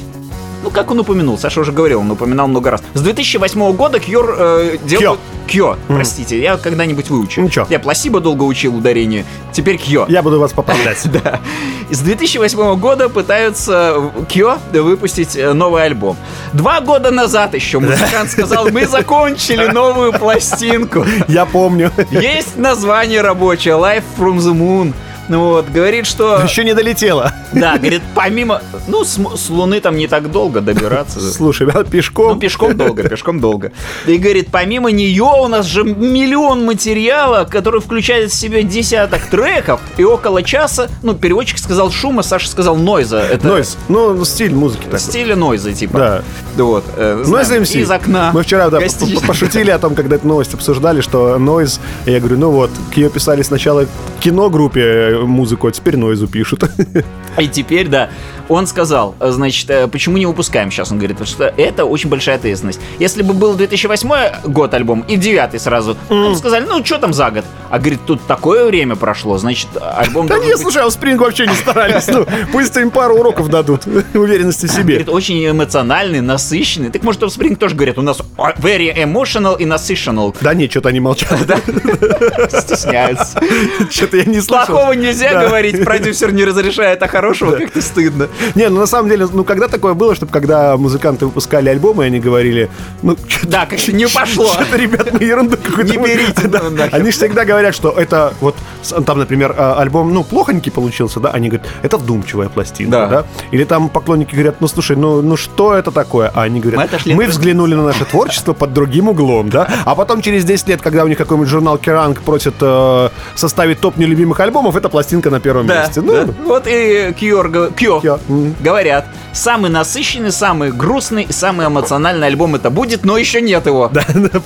Speaker 3: Ну, как он упомянул, Саша уже говорил, он упоминал много раз. С 2008 года Кьор э, делают... Кьо, простите, я когда-нибудь выучу.
Speaker 1: Ничего.
Speaker 3: Я пласибо долго учил ударение, теперь Кьо.
Speaker 1: Я буду вас поправлять.
Speaker 3: [laughs] Да. С 2008 года пытаются Кьо выпустить э, новый альбом. Два года назад еще музыкант сказал, мы закончили новую пластинку.
Speaker 1: Я помню.
Speaker 3: Есть название рабочее «Life from the Moon». Ну Вот, говорит, что...
Speaker 1: [laughs] Еще не долетела.
Speaker 3: Да, говорит, помимо... Ну, с, м- с Луны там не так долго добираться.
Speaker 1: Слушай, а
Speaker 3: Ну,
Speaker 1: пешком.
Speaker 3: пешком долго, пешком долго. И говорит, помимо нее у нас же миллион материала, который включает в себя десяток треков, и около часа, ну, переводчик сказал шума, Саша сказал нойза. Это
Speaker 1: Нойз. Ну, стиль музыки такой.
Speaker 3: стиля нойза, типа.
Speaker 1: Да.
Speaker 3: Вот. э,
Speaker 1: Нойз
Speaker 3: знаем,
Speaker 1: MC.
Speaker 3: Из окна.
Speaker 1: Мы вчера да, п-
Speaker 3: Гостиница.
Speaker 1: п- пошутили о том, когда эту новость обсуждали, что Нойз, я говорю, ну вот, к ее писали сначала киногруппе музыку, а теперь Нойзу пишут. [laughs]
Speaker 3: И теперь, да, он сказал, э, значит, э, почему не выпускаем сейчас? Он говорит, потому что это очень большая ответственность. Если бы был 2008 год альбом и 9 сразу, нам сказали, ну, что там за год? А говорит, тут такое время прошло, значит, альбом...
Speaker 1: Да
Speaker 3: должен
Speaker 1: не,
Speaker 3: быть
Speaker 1: слушай, а у Спринг вообще не старались. Ну, пусть им пару уроков дадут [laughs] уверенности в себе.
Speaker 3: Говорит, очень эмоциональный, насыщенный. Так может, Спринг тоже говорит, у нас very emotional и насыщенный.
Speaker 1: Да не, что-то они молчат. [laughs]
Speaker 3: Стесняются.
Speaker 1: Что-то я не слышал.
Speaker 3: Плохого нельзя
Speaker 1: Да.
Speaker 3: говорить, продюсер не разрешает, а хорошего как-то стыдно.
Speaker 1: Не, ну на самом деле, ну когда такое было, чтобы когда музыканты выпускали альбомы, они говорили, ну [laughs] чё-то-
Speaker 3: Да, как-то не пошло.
Speaker 1: чё-то, ребят, мы ерунду какую-то...
Speaker 3: Не
Speaker 1: вы-
Speaker 3: берите,
Speaker 1: Да.
Speaker 3: ну, нахер.
Speaker 1: Они же всегда говорят, что это вот, с- там, например, а, альбом, ну, плохонький получился, да, они говорят, это вдумчивая пластина,
Speaker 3: Да.
Speaker 1: да. Или там поклонники говорят, ну, слушай, ну, ну что это такое? А они
Speaker 3: Мы
Speaker 1: говорят,
Speaker 3: отошли
Speaker 1: мы,
Speaker 3: от друг-
Speaker 1: взглянули на наше творчество под другим углом, да, а потом через 10 лет, когда у них какой-нибудь журнал Керанг просит э, составить топ нелюбимых альбомов, эта пластинка на первом
Speaker 3: Да,
Speaker 1: месте. Ну,
Speaker 3: да. Вот и Кьор, го- Кьо
Speaker 1: Кьо, мгм.
Speaker 3: говорят, самый насыщенный, самый грустный и самый эмоциональный альбом это будет, но еще нет его.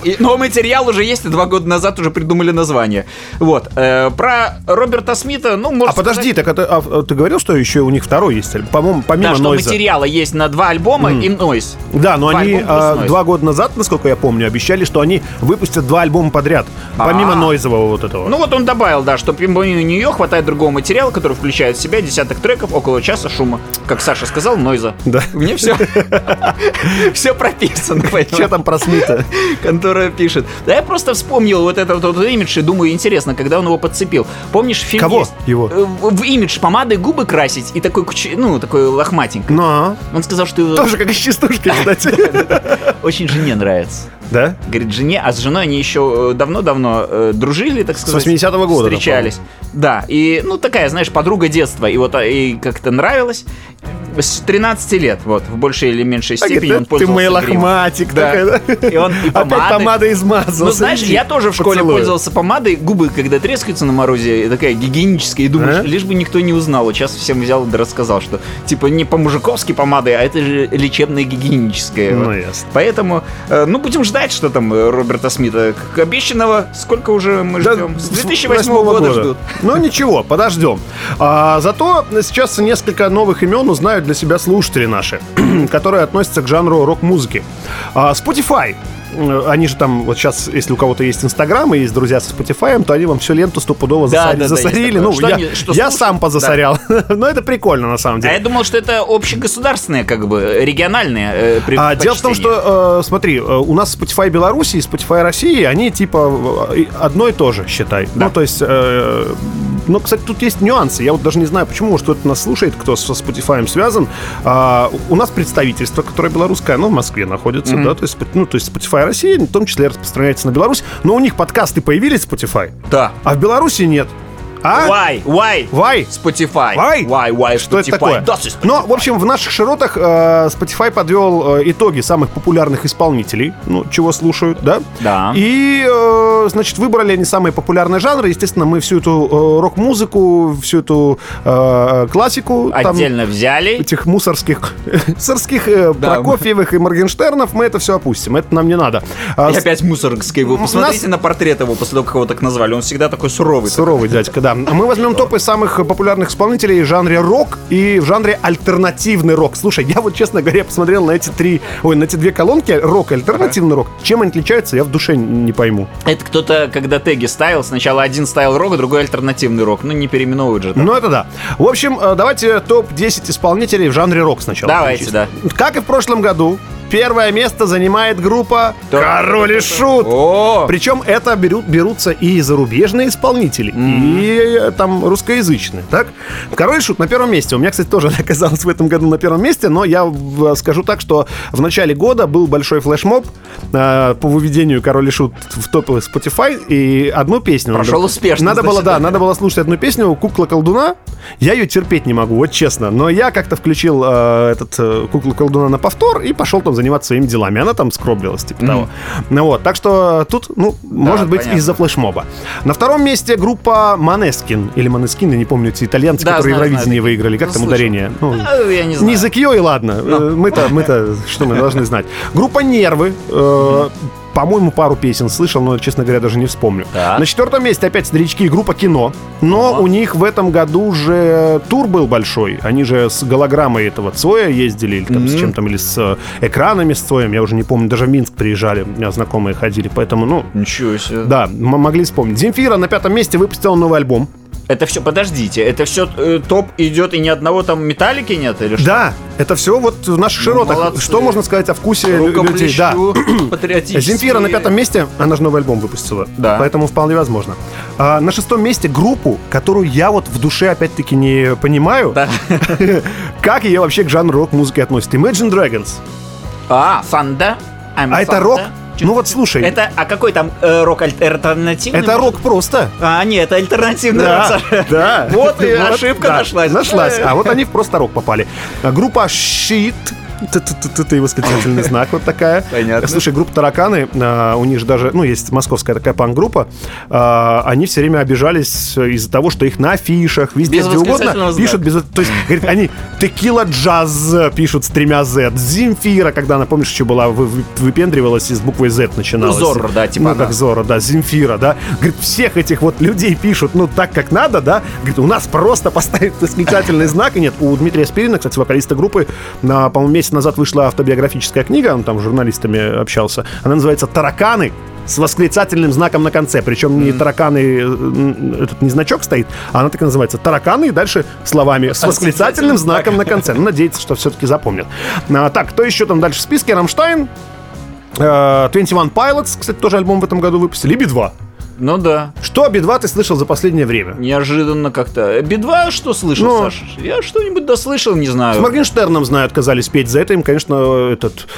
Speaker 3: И- но материал уже есть, и два года назад уже придумали название. Вот. э, про Роберта Смита, ну, может...
Speaker 1: А подожди, так это, а, а ты говорил, что еще у них второй есть альбом? По-моему, помимо
Speaker 3: Да, что
Speaker 1: Нойза.
Speaker 3: материала есть на два альбома и Нойз.
Speaker 1: Да, но
Speaker 3: Два
Speaker 1: они
Speaker 3: альбома плюс
Speaker 1: а,
Speaker 3: Нойз.
Speaker 1: два года назад, насколько я помню, обещали, что они выпустят два альбома подряд. Помимо
Speaker 3: А.
Speaker 1: Нойзового вот этого.
Speaker 3: Ну вот он добавил, да, что помимо нее хватает другого материала, который включает в себя десяток треков, около часа шума. Как Саша сказал, Нойза.
Speaker 1: Да.
Speaker 3: Мне [laughs] все, все прописано. поэтому-
Speaker 1: Че там про
Speaker 3: [laughs]
Speaker 1: Смита?
Speaker 3: Которая пишет. Да я просто вспомнил вот этот вот имидж и думаю, интересно, когда он его подцепил. Помнишь, фильм
Speaker 1: Кого
Speaker 3: есть?
Speaker 1: его?
Speaker 3: Э, В в имидж помадой губы красить и такой, куч- ну, такой лохматенький.
Speaker 1: Ну,
Speaker 3: Он сказал, что его
Speaker 1: тоже как из частушки, кстати.
Speaker 3: [laughs] очень жене нравится.
Speaker 1: Да?
Speaker 3: Говорит, жене, а с женой они еще э, давно-давно э, дружили, так сказать.
Speaker 1: 80-го года, да,
Speaker 3: Встречались. Да, и, ну, такая, знаешь, подруга детства. И вот а, и как-то нравилось. С 13 лет, вот, в большей или меньшей
Speaker 1: А,
Speaker 3: степени он
Speaker 1: говорит, Ты
Speaker 3: пользовался
Speaker 1: мой
Speaker 3: гримом.
Speaker 1: лохматик.
Speaker 3: Да.
Speaker 1: такая, да?
Speaker 3: И он и
Speaker 1: Опять
Speaker 3: помадой.
Speaker 1: помада измазался.
Speaker 3: Ну, знаешь,
Speaker 1: иди,
Speaker 3: я тоже в школе
Speaker 1: поцелую.
Speaker 3: пользовался помадой, губы, когда трескаются на морозе, и такая гигиеническая, и думаешь,
Speaker 1: А?
Speaker 3: лишь бы никто не узнал. Вот Сейчас всем взял да рассказал, что типа не по-мужиковски помадой, а это же лечебная гигиеническая.
Speaker 1: Ну,
Speaker 3: Вот.
Speaker 1: ясно.
Speaker 3: Поэтому, э, ну, будем ждать, что там э, Роберта Смита. Как обещанного, сколько уже мы
Speaker 1: Да,
Speaker 3: ждем? С
Speaker 1: с
Speaker 3: 2008
Speaker 1: восьмого
Speaker 3: года ждут.
Speaker 1: Ну ничего, подождем. А, зато сейчас несколько новых имен узнают для себя слушатели наши, [clears throat] которые относятся к жанру рок-музыки. А, Spotify. э, Они же там, вот сейчас, если у кого-то есть Инстаграм и есть друзья со Spotify, то они вам всю ленту стопудово
Speaker 3: Да,
Speaker 1: засори-
Speaker 3: да, да, есть
Speaker 1: засорили.
Speaker 3: такое.
Speaker 1: ну,
Speaker 3: Что
Speaker 1: я,
Speaker 3: они- что
Speaker 1: я
Speaker 3: слушают?
Speaker 1: сам позасорял. [laughs] Но это прикольно, на самом
Speaker 3: А
Speaker 1: деле.
Speaker 3: я думал, что это общегосударственное, как бы, региональное э,
Speaker 1: А, дело в том,
Speaker 3: предпочтение.
Speaker 1: что, э, смотри, э, у нас Spotify Беларуси и Spotify России, они типа э, и- одно и то же, считай.
Speaker 3: Да.
Speaker 1: Ну, то есть, э, ну, кстати, тут есть нюансы. Я вот даже не знаю, почему, что это нас слушает, кто со Spotify связан. А, у нас представительство, которое белорусское, оно в Москве находится, да, то есть, ну, то есть Spotify России, в том числе распространяется на Беларусь, но у них подкасты появились Spotify,
Speaker 3: Да.
Speaker 1: а в Беларуси нет. А?
Speaker 3: Why? Why?
Speaker 1: Why?
Speaker 3: Spotify.
Speaker 1: Why?
Speaker 3: Why? Why?
Speaker 1: Что это
Speaker 3: Spotify?
Speaker 1: такое?
Speaker 3: Das ist
Speaker 1: Но, в общем, в наших широтах э, Spotify подвел э, итоги самых популярных исполнителей, ну, чего слушают, да?
Speaker 3: Да.
Speaker 1: И, э, значит, выбрали они самые популярные жанры. Естественно, мы всю эту э, рок-музыку, всю эту э, классику... там,
Speaker 3: Отдельно взяли.
Speaker 1: этих мусорских, [laughs] сорских, э,
Speaker 3: Да.
Speaker 1: Прокофьевых и Моргенштернов, мы это все опустим. Это нам не надо. А,
Speaker 3: И
Speaker 1: с-
Speaker 3: опять мусоргский. Вы
Speaker 1: М,
Speaker 3: посмотрите на портрет его после того, как его так назвали. Он всегда такой суровый.
Speaker 1: Суровый дядька, да. А Мы возьмем топы самых популярных исполнителей в жанре рок и в жанре альтернативный рок. Слушай, я вот, честно говоря, посмотрел на эти три, ой, на эти две колонки, рок и альтернативный рок. Чем они отличаются, я в душе не пойму.
Speaker 3: Это кто-то, когда теги ставил, сначала один ставил рок, другой альтернативный рок. Ну, не переименовывают же. так.
Speaker 1: Ну, это да. В общем, э, давайте топ-10 исполнителей в жанре рок сначала.
Speaker 3: Давайте,
Speaker 1: перечислим. Как и в прошлом году, Первое место занимает группа
Speaker 3: Да.
Speaker 1: «Король и Шут».
Speaker 3: О,
Speaker 1: Причем это берут, берутся и зарубежные исполнители, и э, там русскоязычные, так? Король и Шут на первом месте. У меня, кстати, тоже [laughs] она оказалась в этом году на первом месте, но я в- э, скажу так, что в начале года был большой флешмоб э, по выведению Король и Шут в топы Spotify, и одну песню...
Speaker 3: Прошел
Speaker 1: надо-
Speaker 3: успешно,
Speaker 1: Надо было,
Speaker 3: значит,
Speaker 1: да,
Speaker 3: да.
Speaker 1: надо было слушать одну песню «Кукла-колдуна». Я ее терпеть не могу, вот честно. Но я как-то включил э, этот э, «Куклу-колдуна» на повтор и пошел там заниматься своими делами. Она там скроблилась, типа того. Ну вот, так что тут, ну, может быть,
Speaker 3: понятно.
Speaker 1: из-за флешмоба. На вском месте группа Манескин. Или Манескин, я не помню, эти итальянцы,
Speaker 3: Да,
Speaker 1: которые
Speaker 3: знаю,
Speaker 1: Евровидение
Speaker 3: знаю.
Speaker 1: выиграли. Как
Speaker 3: Ну,
Speaker 1: там
Speaker 3: слышал.
Speaker 1: ударение? Ну,
Speaker 3: э, я не
Speaker 1: не
Speaker 3: знаю. Ну.
Speaker 1: за и ладно. Э, Мы-то, мы-то, что мы должны знать. Группа Нервы. э, По-моему, пару песен слышал, но, честно говоря, даже не вспомню.
Speaker 3: Так.
Speaker 1: На четвертом месте опять старички и группа Кино. Но
Speaker 3: Ага.
Speaker 1: у них в этом году же тур был большой. Они же с голограммой этого Цоя ездили, или там с чем-то, или с э, экранами с Цоем, я уже не помню. Даже в Минск приезжали, у меня знакомые ходили. Поэтому, ну,
Speaker 3: Ничего себе.
Speaker 1: да, м- могли вспомнить. Земфира на пятом месте выпустила новый альбом.
Speaker 3: Это все, подождите, это все топ идет и ни одного там металлики нет или что?
Speaker 1: Да, это все вот в наших широтах.
Speaker 3: молодцы.
Speaker 1: Что можно сказать о вкусе лю- людей?
Speaker 3: [clears throat]
Speaker 1: Да.
Speaker 3: патриотически.
Speaker 1: Земфира на пятом месте, она же новый альбом выпустила.
Speaker 3: Да.
Speaker 1: Поэтому вполне возможно. А, на шестом месте группу, которую я вот в душе опять-таки не понимаю,
Speaker 3: Да.
Speaker 1: [laughs] как ее вообще к жанру рок-музыки относит. Imagine Dragons.
Speaker 3: А, фанда. I'm
Speaker 1: А это
Speaker 3: Fanda.
Speaker 1: рок? Ну вот слушай, это,
Speaker 3: Это, а какой там э, рок аль- альтернативный?
Speaker 1: рок просто.
Speaker 3: А, нет, это альтернативный рок, Саша.
Speaker 1: да.
Speaker 3: Вот и
Speaker 1: Вот,
Speaker 3: ошибка
Speaker 1: да,
Speaker 3: нашлась. Э,
Speaker 1: Нашлась. А
Speaker 3: [laughs]
Speaker 1: вот они в просто рок попали. А, Группа Щит. Ты восклицательный
Speaker 3: [laughs]
Speaker 1: знак вот такая.
Speaker 3: Понятно.
Speaker 1: Слушай, группа Тараканы, а, у них же даже, ну, есть московская такая панк-группа, а, они все время обижались из-за того, что их на афишах, везде,
Speaker 3: Без
Speaker 1: где угодно
Speaker 3: восклицательного знака.
Speaker 1: пишут без... То есть, говорит, они текила джаз пишут с тремя Z. Земфира, когда она, помнишь, еще была, вы- вы- выпендривалась и с буквой Z начиналась.
Speaker 3: Зорро, да, типа
Speaker 1: Ну,
Speaker 3: она.
Speaker 1: как Зорро, да, Земфира, да. Говорит, всех этих вот людей пишут, ну, так, как надо, да. Говорит, у нас просто поставят восклицательный знак. И нет, у Дмитрия Спирина, кстати, вокалиста группы, на, по-моему, месяц назад вышла автобиографическая книга, он там с журналистами общался. Она называется «Тараканы», с восклицательным знаком на конце. Причем не тараканы, э, м, этот не значок стоит, а она так и называется. Тараканы и дальше словами с восклицательным знаком на конце. Ну, надеется, что все-таки запомнят. А, так, кто еще там дальше в списке? Рамштайн, э, 21 Pilots, кстати, тоже альбом в этом году выпустили, и Би-2.
Speaker 3: Ну да,
Speaker 1: Что Би-2 ты слышал за последнее время?
Speaker 3: неожиданно как-то. Би-2 что слышал,
Speaker 1: Ну.
Speaker 3: Саша? Я что-нибудь дослышал, не
Speaker 1: С
Speaker 3: знаю.
Speaker 1: Моргенштерном, знаю, отказались петь. За это им, конечно, этот...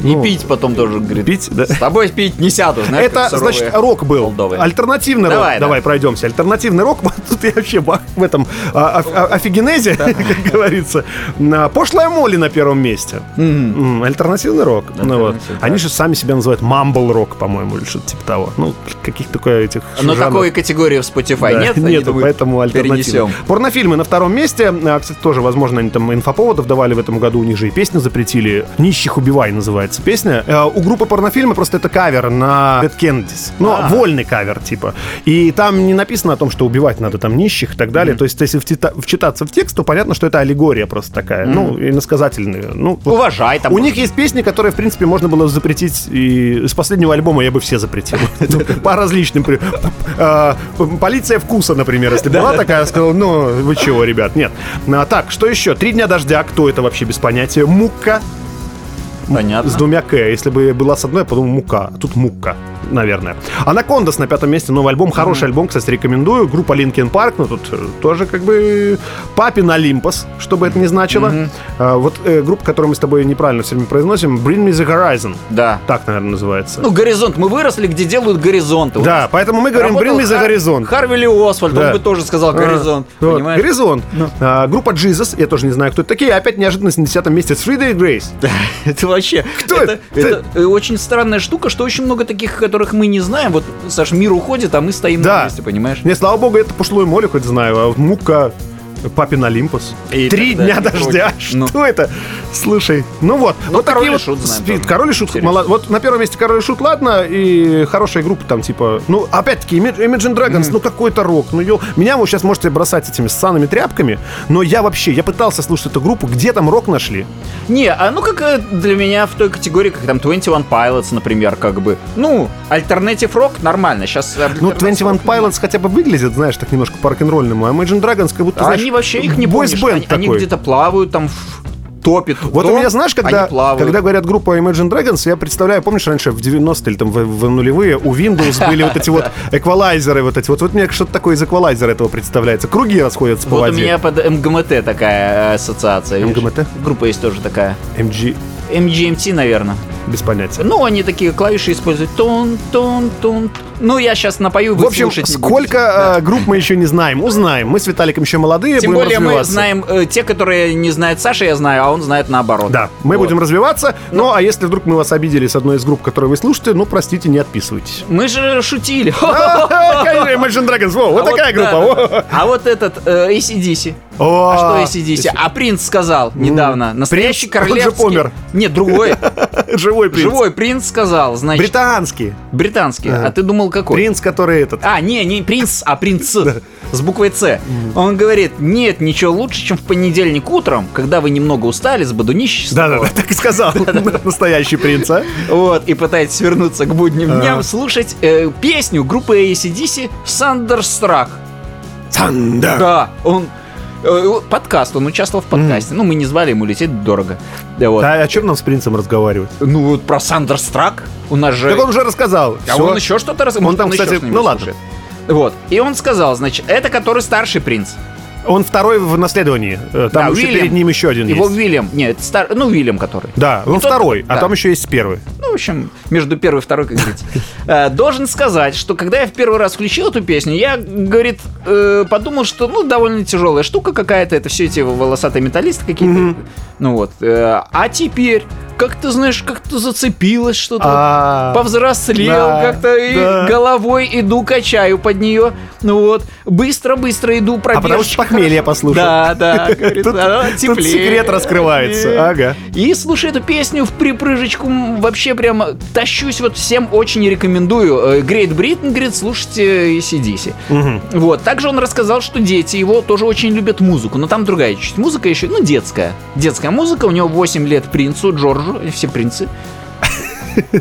Speaker 1: ну,
Speaker 3: И пить потом тоже, говорит.
Speaker 1: Пить, да.
Speaker 3: С тобой пить не сяду, знаешь,
Speaker 1: Это,
Speaker 3: как суровые.
Speaker 1: значит, рок был.
Speaker 3: Молдовы.
Speaker 1: Альтернативный рок.
Speaker 3: Давай,
Speaker 1: Давай,
Speaker 3: да.
Speaker 1: пройдемся. Альтернативный рок. [laughs] Вот Тут я вообще бах, в этом а, а- а- офигенезе, [laughs] как говорится. На- Пошлая Молли на первом месте. М, Альтернативный рок. Ну вот.
Speaker 3: Альтернатив,
Speaker 1: Они же сами себя называют мамбл рок, по-моему, или что-то типа того. Ну, каких такое этих
Speaker 3: Но
Speaker 1: жанров.
Speaker 3: такой категории в Spotify
Speaker 1: Да,
Speaker 3: нет.
Speaker 1: нету, поэтому
Speaker 3: альтернатива.
Speaker 1: альтернатива. Порнофильмы на втором месте. А, Кстати, тоже, возможно, они там инфоповодов давали в этом году. У них же и песню запретили. «Нищих убивай» называется песня. Э, У группы порнофильмы просто это кавер на Dead Kennedys. Ну,
Speaker 3: А.
Speaker 1: вольный кавер, типа. И там не написано о том, что убивать надо там нищих и так далее. То есть, если втита- вчитаться в текст, то понятно, что это аллегория просто такая. Ну, иносказательная. Ну, вот.
Speaker 3: Уважай там.
Speaker 1: У них есть песни, которые, в принципе, можно было запретить. И с последнего альбома я бы все запретил. Ну, По различным... при- Э, Полиция вкуса, например, если была такая, я сказал, ну, вы чего, ребят, нет. А, Так, что еще? «Три дня дождя». Кто это вообще без понятия? Мукка
Speaker 3: Понятно.
Speaker 1: с двумя «к». Если бы была с одной, я подумал, мука. А Тут мукка, наверное. «Анакондас» на пятом месте. Новый альбом. Хороший альбом, кстати, рекомендую. Группа «Линкен Парк». Ну, тут э, тоже как бы «Папин Олимпос», что бы это ни значило. А, Вот э, группа, которую мы с тобой неправильно все время произносим, «Bring Me The Horizon».
Speaker 3: Да.
Speaker 1: Так, наверное, называется.
Speaker 3: Ну, горизонт. Мы выросли, где делают горизонты.
Speaker 1: да, поэтому мы говорим «Bring Me The Horizon».
Speaker 3: Харвили Освальд,
Speaker 1: Да.
Speaker 3: он бы тоже сказал горизонт.
Speaker 1: А, вот,
Speaker 3: Понимаешь? Ну.
Speaker 1: Горизонт. А, группа Jesus, я тоже не знаю, кто это такие. Опять неожиданность на 10 месте. Three Day Grace.
Speaker 3: [laughs] Это вообще...
Speaker 1: Кто это?
Speaker 3: это э, очень странная штука, что очень много таких, которых мы не знаем. Вот, Саш, мир уходит, а мы стоим
Speaker 1: Да.
Speaker 3: на месте, понимаешь?
Speaker 1: Не, слава богу, это пошлую молю хоть знаю, а вот мука Папин Олимпус.
Speaker 3: И
Speaker 1: Три
Speaker 3: так
Speaker 1: дня
Speaker 3: далее, и
Speaker 1: дождя.
Speaker 3: прочее.
Speaker 1: [laughs]
Speaker 3: Ну.
Speaker 1: Что это? Слушай, ну вот.
Speaker 3: Ну,
Speaker 1: вот
Speaker 3: «Король
Speaker 1: такие
Speaker 3: и
Speaker 1: вот
Speaker 3: Шут» знаем
Speaker 1: спи-
Speaker 3: тоже.
Speaker 1: Король и Шут.
Speaker 3: Интересно.
Speaker 1: мало- Вот на первом месте Король и Шут, ладно, и хорошая группа там, типа, ну, опять-таки, Ими- Imagine Dragons, ну, какой-то рок. Ну, ё- Меня вы сейчас можете бросать этими ссаными тряпками, но я вообще, я пытался слушать эту группу, где там рок нашли?
Speaker 3: Не, а ну как э, для меня в той категории, как там 21 Pilots, например, как бы. Ну, альтернатив рок нормально. э, Сейчас
Speaker 1: Ну, 21 Pilots хотя бы выглядит, знаешь, так немножко по рок-н-ролльному, а Imagine Dragons как будто,
Speaker 3: А
Speaker 1: знаешь,
Speaker 3: они вообще их не
Speaker 1: бойс-бенд
Speaker 3: помнишь. Они, они
Speaker 1: такой.
Speaker 3: где-то плавают там в топит.
Speaker 1: Вот
Speaker 3: то
Speaker 1: у меня, знаешь, когда,
Speaker 3: они плавают.
Speaker 1: когда говорят группа Imagine Dragons, я представляю, помнишь, раньше в 90-е или там в, в нулевые у
Speaker 3: [laughs]
Speaker 1: Windows были вот эти вот эквалайзеры, вот эти вот. Вот мне что-то такое из эквалайзера этого представляется. Круги расходятся по
Speaker 3: Вот у
Speaker 1: воде.
Speaker 3: меня под МГМТ такая э, ассоциация. видишь?
Speaker 1: МГМТ?
Speaker 3: Группа есть тоже такая.
Speaker 1: MG,
Speaker 3: MGMT, наверное.
Speaker 1: без понятия.
Speaker 3: Ну, они такие клавиши используют. Тун, тун, тун. Ну, я сейчас напою, вы
Speaker 1: В общем,
Speaker 3: слушать не
Speaker 1: сколько э, групп мы еще не знаем, узнаем. Мы с Виталиком еще молодые,
Speaker 3: будете. Тем
Speaker 1: будем
Speaker 3: более мы
Speaker 1: развиваться.
Speaker 3: знаем э, те, которые не знает Саша, я знаю, а он знает наоборот.
Speaker 1: Да, мы
Speaker 3: Вот.
Speaker 1: будем развиваться. Ну, а если вдруг мы вас обидели с одной из групп, которые вы слушаете, ну, простите, не
Speaker 3: [laughs]
Speaker 1: отписывайтесь.
Speaker 3: Мы же шутили.
Speaker 1: А, конечно, Imagine Dragons, во, вот
Speaker 3: А
Speaker 1: такая
Speaker 3: вот, да,
Speaker 1: группа.
Speaker 3: да. [laughs] А вот этот э, ACDC.
Speaker 1: О.
Speaker 3: А что
Speaker 1: О,
Speaker 3: ACDC? А принц сказал недавно. Настоящий
Speaker 1: Принц? Он же
Speaker 3: королевский.
Speaker 1: помер.
Speaker 3: Нет, другой.
Speaker 1: [laughs] Живой [laughs] принц.
Speaker 3: Живой принц сказал, значит,
Speaker 1: Британский.
Speaker 3: британский.
Speaker 1: Ага.
Speaker 3: А ты думал, какой?
Speaker 1: Принц, который этот. [laughs]
Speaker 3: А, не, не принц, а принц с буквой С. Он говорит, нет ничего лучше, чем в понедельник утром, когда вы немного устали с бодунища.
Speaker 1: Да-да-да, так и
Speaker 3: [laughs]
Speaker 1: сказал. Настоящий принц, а?
Speaker 3: Вот, и пытаетесь вернуться к будним
Speaker 1: Ага.
Speaker 3: дням, слушать э, песню группы ACDC «Сандерстрак».
Speaker 1: Санда.
Speaker 3: Да, он... э, Подкаст, он участвовал в подкасте. Ну, мы не звали, ему лететь дорого. Да вот.
Speaker 1: А о чем нам с принцем разговаривать?
Speaker 3: Ну, вот про Сандерстрак у нас же...
Speaker 1: Так он уже рассказал.
Speaker 3: А
Speaker 1: Всё.
Speaker 3: он еще что-то раз...
Speaker 1: Он
Speaker 3: может,
Speaker 1: там,
Speaker 3: ещё
Speaker 1: кстати,
Speaker 3: что-нибудь
Speaker 1: ну ладно.
Speaker 3: слушает. Вот. И он сказал, значит, это который старший принц.
Speaker 1: Он второй в наследовании. Э, Там
Speaker 3: Да,
Speaker 1: еще
Speaker 3: Уильям.
Speaker 1: перед ним еще один
Speaker 3: Его
Speaker 1: есть.
Speaker 3: Уильям. Нет, стар... ну, Уильям, который.
Speaker 1: Да, он
Speaker 3: тот-
Speaker 1: второй, а
Speaker 3: да.
Speaker 1: там еще есть первый.
Speaker 3: Ну, в общем, между первой и второй, как говорится. Э, Должен сказать, что когда я в первый раз включил эту песню, я, говорит, э, подумал, что, ну, довольно тяжелая штука какая-то, это все эти волосатые металлисты какие-то. Ну вот. э, А теперь, как ты знаешь, как-то зацепилось что-то.
Speaker 1: А,
Speaker 3: Повзрослел
Speaker 1: да,
Speaker 3: как-то и
Speaker 1: да.
Speaker 3: головой иду качаю под нее. Ну вот, быстро-быстро иду
Speaker 1: А потому что
Speaker 3: пробежки.
Speaker 1: похмелье послушал.
Speaker 3: Да, да, говорит,
Speaker 1: Тут-
Speaker 3: «Она
Speaker 1: Тут
Speaker 3: теплее».
Speaker 1: секрет раскрывается. А Ага.
Speaker 3: И слушай эту песню в припрыжечку, м, вообще прямо тащусь, вот всем очень рекомендую. Э, Great Britain, говорит, слушайте ACDC.
Speaker 1: Мгм.
Speaker 3: Вот, также он рассказал, что дети его тоже очень любят музыку, но там другая чуть музыка еще, ну, детская. Детская музыка, у него 8 лет принцу Джорджу, э, все принцы.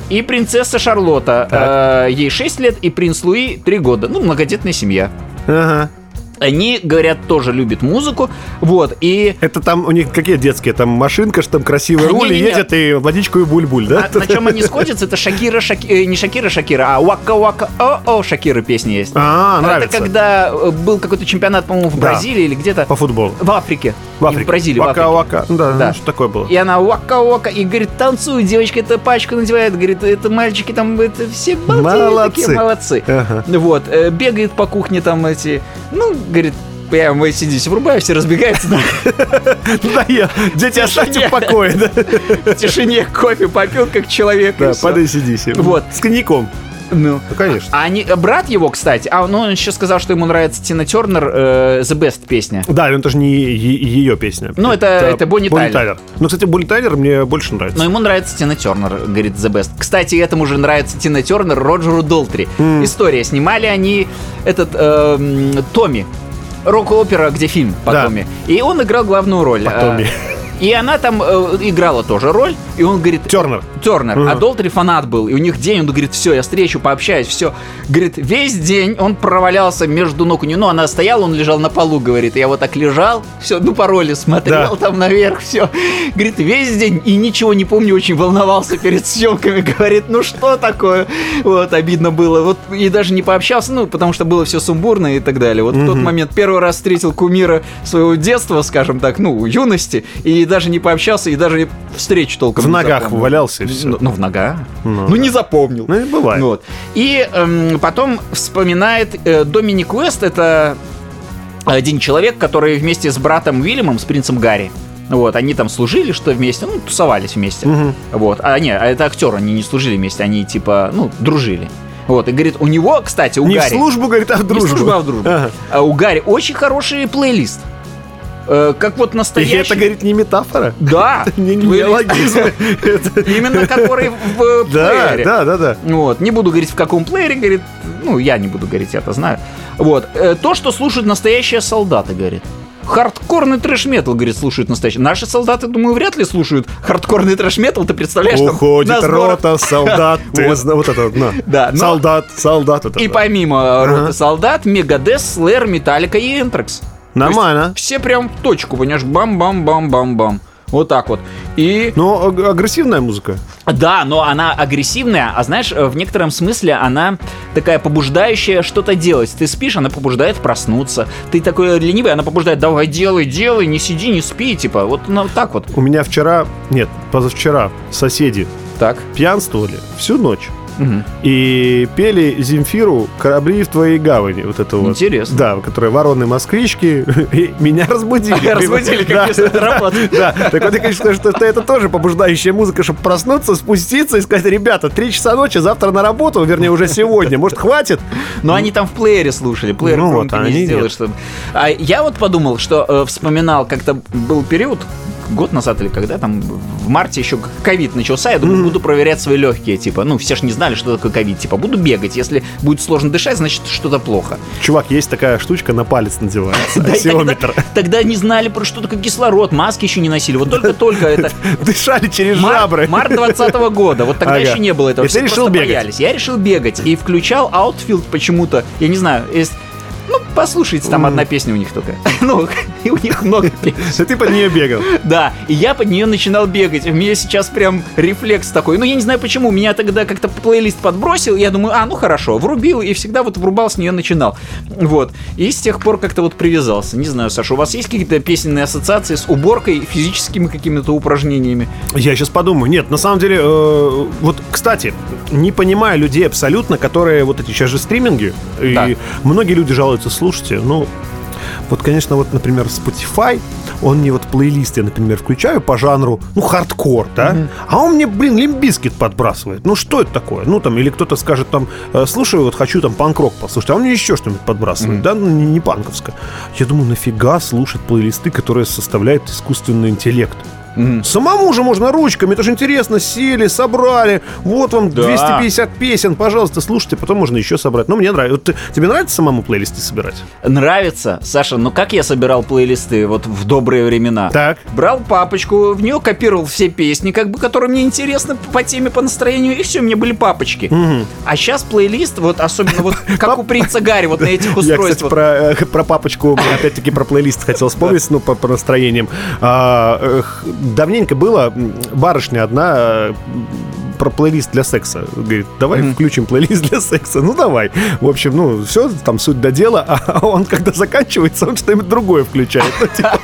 Speaker 3: И принцесса Шарлотта, э, ей 6 лет, и принц Луи 3 года, ну, многодетная семья.
Speaker 1: Ага.
Speaker 3: Они, говорят, тоже любят музыку, вот, и
Speaker 1: Это там у них какие детские? Там машинка, что там красивый
Speaker 3: А,
Speaker 1: руль, и
Speaker 3: не-не-не.
Speaker 1: едет и водичку и буль-буль, [laughs] да?
Speaker 3: А на чем они сходятся, это Шакира, Шаки... э, не Шакира, Шакира, а Вака Вака О О Шакира песни есть.
Speaker 1: А,
Speaker 3: Это
Speaker 1: нравится.
Speaker 3: когда э, был какой-то чемпионат, по-моему, в
Speaker 1: Да.
Speaker 3: Бразилии или где-то
Speaker 1: По футболу.
Speaker 3: в Африке.
Speaker 1: В
Speaker 3: Не
Speaker 1: Африке.
Speaker 3: в Бразилии, в Африке.
Speaker 1: Вака-вака. Да,
Speaker 3: Да.
Speaker 1: ну, что такое было?
Speaker 3: И она вака вака и говорит, танцуй, девочка, это пачку надевает, говорит, это мальчики там, это все балди-
Speaker 1: Молодцы.
Speaker 3: такие молодцы.
Speaker 1: Ага.
Speaker 3: Вот, э, бегает по кухне там эти, ну, говорит, я мы сидите, врубаю, все разбегаются на
Speaker 1: [laughs] Да, я- Дети, оставьте в покое.
Speaker 3: [laughs]
Speaker 1: да.
Speaker 3: тишине, кофе попил, как человек. и
Speaker 1: Да,
Speaker 3: всё.
Speaker 1: подай сиди себе.
Speaker 3: Вот.
Speaker 1: С коньяком.
Speaker 3: Ну,
Speaker 1: Ну, конечно.
Speaker 3: А они, брат его, кстати, а ну, он еще сказал, что ему нравится Тина Тернер э, The Best песня.
Speaker 1: Да, но это же не ее песня.
Speaker 3: Ну, это- это Бонни Тайлер. Ну,
Speaker 1: Ну, кстати, Бонни Тайлер мне больше нравится.
Speaker 3: Но ему нравится Тина Тернер, говорит The Best. Кстати, этому же нравится Тина Тернер Роджеру Долтри. История. Снимали они этот эм, Томми. Рок-опера, где фильм по
Speaker 1: Да.
Speaker 3: Томми. И он играл главную роль.
Speaker 1: По
Speaker 3: А,
Speaker 1: Томми.
Speaker 3: И она там э, играла тоже роль. И он говорит...
Speaker 1: Тернер.
Speaker 3: Тернер. А
Speaker 1: Мгм.
Speaker 3: Долтри фанат был. И у них день, он говорит, все, я встречу, пообщаюсь, все. Говорит, весь день он провалялся между ног у нее. Ну, она стояла, он лежал на полу, говорит. Я вот так лежал, все, ну, по роли смотрел там наверх, все. Говорит, весь день и ничего не помню, очень волновался перед съемками. [laughs] Говорит, ну, что такое? Вот, обидно было. Вот, и даже не пообщался, ну, потому что было все сумбурно и так далее. Вот в тот момент первый раз встретил кумира своего детства, скажем так, ну, юности, и даже не пообщался, и даже встречу толком
Speaker 1: В
Speaker 3: не
Speaker 1: ногах
Speaker 3: запомнил.
Speaker 1: валялся и всё.
Speaker 3: Ну, ну, в ногах.
Speaker 1: Ну,
Speaker 3: Ну, не запомнил.
Speaker 1: Ну, и бывает.
Speaker 3: Вот. И эм, потом вспоминает э, Доминик Уэст, это один человек, который вместе с братом Уильямом, с принцем Гарри, вот, они там служили, что вместе, ну, тусовались вместе. Вот. А не, а это актер, они не служили вместе, они типа, ну, дружили. Вот, и говорит, у него, кстати, у
Speaker 1: Не в
Speaker 3: Гарри...
Speaker 1: службу, говорит, а в
Speaker 3: Не
Speaker 1: дружбу.
Speaker 3: служба, а в дружбу.
Speaker 1: Ага.
Speaker 3: А у Гарри очень хороший плейлист. Э, как вот
Speaker 1: И
Speaker 3: настоящий...
Speaker 1: это, говорит, не метафора. [laughs]
Speaker 3: Да,
Speaker 1: Не не
Speaker 3: плейлист. [laughs]
Speaker 1: неологизм. Это-
Speaker 3: Именно который в э,
Speaker 1: Да,
Speaker 3: плеере.
Speaker 1: да, да, да.
Speaker 3: Вот, не буду говорить, в каком плеере, говорит, ну, я не буду говорить, я-то знаю. Вот, Э, то, что слушают настоящие солдаты, говорит. Хардкорный трэш-метал, говорит, слушают настоящие. Наши солдаты, думаю, вряд ли слушают хардкорный трэш-метал, ты представляешь, там на
Speaker 1: Уходит
Speaker 3: сборах-
Speaker 1: рота,
Speaker 3: [laughs]
Speaker 1: солдат. ты
Speaker 3: Вот.
Speaker 1: зна- Вот это вот, на.
Speaker 3: Да, ну-
Speaker 1: Солдат, солдат. вот
Speaker 3: И
Speaker 1: это.
Speaker 3: помимо э, роты солдат, Мегадес, Слэр, Металлика и Энтрекс.
Speaker 1: Нормально.
Speaker 3: Все прям в точку, понимаешь, бам-бам-бам-бам-бам. Вот так вот. И
Speaker 1: Но аг- агрессивная музыка.
Speaker 3: да, но она агрессивная, а знаешь, э, в некотором смысле она такая побуждающая что-то делать. Ты спишь, она побуждает проснуться. Ты такой ленивый, она побуждает, давай делай, делай, не сиди, не спи, типа, вот ну, вот так вот.
Speaker 1: У меня вчера, нет, позавчера соседи
Speaker 3: Так.
Speaker 1: пьянствовали всю ночь.
Speaker 3: Мгм.
Speaker 1: И пели Земфиру «Корабли в твоей гавани». Вот это вот.
Speaker 3: Интересно.
Speaker 1: Да, которые вороны-москвички. [laughs] И меня разбудили.
Speaker 3: [laughs] Разбудили,
Speaker 1: Да.
Speaker 3: как если это работает.
Speaker 1: Да, так вот, я, конечно, что это, это тоже побуждающая музыка, чтобы проснуться, спуститься и сказать, ребята, 3 часа ночи, завтра на работу, вернее, уже сегодня, может, хватит?
Speaker 3: Но они там в плеере слушали, плеер
Speaker 1: Ну
Speaker 3: громко
Speaker 1: вот, а
Speaker 3: не
Speaker 1: они
Speaker 3: сделает,
Speaker 1: нет.
Speaker 3: чтобы- А я вот подумал, что э, вспоминал, как-то был период год назад или когда там в марте еще к- ковид начался, я думаю, буду проверять свои легкие, типа, ну все ж не знали, что такое ковид, типа, буду бегать, если будет сложно дышать, значит что-то плохо.
Speaker 1: Чувак, есть такая штучка, на палец надевается,
Speaker 3: [laughs] Да, и тогда,
Speaker 1: аксиометр.
Speaker 3: тогда не знали про что такое кислород, маски еще не носили, вот только-только это
Speaker 1: Дышали через жабры.
Speaker 3: март, март 20 года. Вот тогда
Speaker 1: Ага.
Speaker 3: еще не было этого.
Speaker 1: И ты
Speaker 3: Все
Speaker 1: решил
Speaker 3: просто
Speaker 1: бегать?
Speaker 3: боялись. Я решил бегать и включал Outfield почему-то. Я не знаю, из- Ну, послушайте, там одна песня у них только. [laughs] Ну, и у них много песен.
Speaker 1: И [laughs] ты под нее бегал.
Speaker 3: Да, и я под нее начинал бегать. У меня сейчас прям рефлекс такой. Ну, я не знаю почему. Меня тогда как-то плейлист подбросил. Я думаю, а, ну хорошо, врубил и всегда вот врубал, с нее начинал. Вот. И с тех пор как-то вот привязался. Не знаю, Саша, у вас есть какие-то песенные ассоциации с уборкой, физическими какими-то упражнениями?
Speaker 1: Я сейчас подумаю. Нет, на самом деле, э, вот, кстати, не понимаю людей абсолютно, которые вот эти сейчас же стриминги, и
Speaker 3: Да.
Speaker 1: многие люди жалуются, слушайте, ну, вот, конечно, вот, например, Spotify, он мне вот плейлист, я, например, включаю по жанру, ну, хардкор, да, а он мне, блин, лимбискет подбрасывает. Ну, что это такое? Ну, там, или кто-то скажет там, «Э, слушаю, вот хочу там панк-рок послушать, а он мне еще что-нибудь подбрасывает, да, ну, не, не панковско. Я думаю, нафига слушать плейлисты, которые составляет искусственный интеллект? Самому же можно ручками, это же интересно, сели, собрали, вот вам
Speaker 3: Да.
Speaker 1: 250 песен, пожалуйста, слушайте, потом можно еще собрать. Ну, мне нравится. Вот ты- тебе нравится самому плейлисты собирать?
Speaker 3: Нравится, Саша, ну как я собирал плейлисты вот в добрые времена?
Speaker 1: Так.
Speaker 3: Брал папочку, в нее копировал все песни, как бы, которые мне интересны по теме, по настроению, и все, у меня были папочки. А сейчас плейлист, вот особенно вот как у принца Гарри, вот на этих
Speaker 1: Я, кстати,
Speaker 3: устройствах.
Speaker 1: про, э, про папочку, опять-таки про плейлист хотел вспомнить, ну, по, по настроениям. А, эх, давненько было, м, барышня одна э, про плейлист для секса. Говорит, давай включим плейлист для секса. Ну, давай. В общем, ну, все, там суть до дела, [laughs] а он, когда заканчивается, он что-нибудь другое включает. Ну, типа,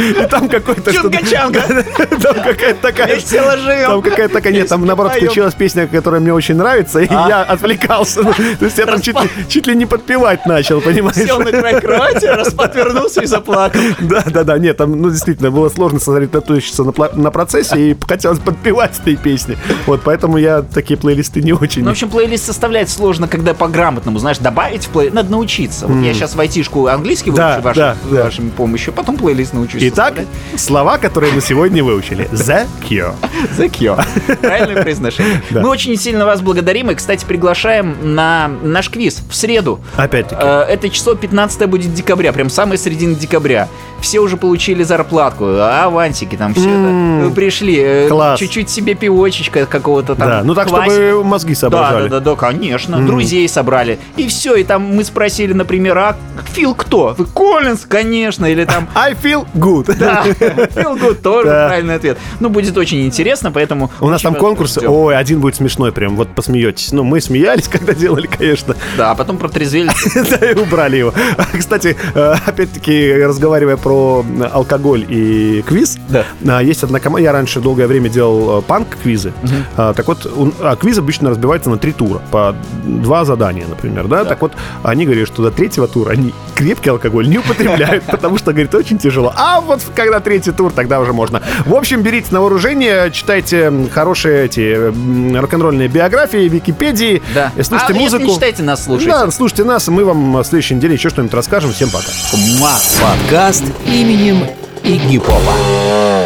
Speaker 1: И там какой-то... что-то-
Speaker 3: Чунга-чанга,
Speaker 1: [laughs] Там какая-то такая...
Speaker 3: вместе
Speaker 1: Там
Speaker 3: ложим.
Speaker 1: какая-то такая, нет, там наоборот
Speaker 3: поем.
Speaker 1: включилась песня, которая мне очень нравится, и
Speaker 3: А?
Speaker 1: я отвлекался. [laughs] Ну, То есть я там чуть ли- чуть ли не подпевать начал,
Speaker 3: Сел на
Speaker 1: понимаешь? [laughs]
Speaker 3: край кровати, распотвернулся и заплакал.
Speaker 1: Да, да, да, нет, там, ну, действительно, было сложно сосредоточиться на, пла- на процессе, и хотелось подпевать этой песни. Вот, поэтому я такие плейлисты не очень.
Speaker 3: Ну, в общем, плейлист составлять сложно, когда по-грамотному, знаешь, добавить в плей... Надо научиться. Вот я сейчас в айтишку английский выучу
Speaker 1: Да,
Speaker 3: вашей,
Speaker 1: да, да.
Speaker 3: вашей помощью, а потом плейлист научусь
Speaker 1: Итак,
Speaker 3: составлять.
Speaker 1: слова, которые мы сегодня выучили. The Cure.
Speaker 3: The Cure. Правильное произношение.
Speaker 1: [laughs] Да.
Speaker 3: Мы очень сильно вас благодарим и, кстати, приглашаем на наш квиз в среду.
Speaker 1: Опять-таки.
Speaker 3: Э, Это число 15 будет декабря, прям самая середина декабря. Все уже получили зарплатку, а авансики там все это. Э, Пришли, э,
Speaker 1: Класс.
Speaker 3: чуть-чуть себе пивочечка какого-то там.
Speaker 1: Да, ну так,
Speaker 3: квасика.
Speaker 1: чтобы мозги
Speaker 3: Да, да,
Speaker 1: соображали.
Speaker 3: да, да, конечно. Друзей собрали. И все, и там мы спросили, например, а Фил кто? Вы Коллинз, конечно,
Speaker 1: [laughs]
Speaker 3: или там
Speaker 1: I feel good.
Speaker 3: да, Feel good тоже
Speaker 1: Да.
Speaker 3: правильный ответ. Ну, будет очень интересно, поэтому...
Speaker 1: У нас
Speaker 3: очень
Speaker 1: там
Speaker 3: вас
Speaker 1: конкурс.
Speaker 3: ждем.
Speaker 1: Ой, один будет смешной прям, вот посмеетесь. Ну, мы смеялись, [laughs] когда делали, конечно.
Speaker 3: Да, а потом протрезвелись.
Speaker 1: [laughs] Да, и убрали его. Кстати, э, опять-таки, разговаривая про э, алкоголь и квиз,
Speaker 3: Да.
Speaker 1: а, есть одна команда. Я раньше долгое время делал э, панк-квизы. А, Так вот, у- а квиз обычно разбивается на три тура. По два задания, например, да? Так вот, они говорили, что до третьего тура они крепкий алкоголь не употребляют, [laughs] потому что, говорит, очень тяжело. А вот когда третий тур, тогда уже можно. В общем, берите на вооружение, читайте хорошие эти м, рок-н-ролльные биографии, Википедии,
Speaker 3: Да.
Speaker 1: и Э, слушайте
Speaker 3: А если
Speaker 1: музыку.
Speaker 3: не читаете, нас слушайте.
Speaker 1: Да, слушайте нас, и мы вам в следующей неделе еще что-нибудь расскажем. Всем пока.
Speaker 3: Муа.
Speaker 4: Подкаст именем Игипова.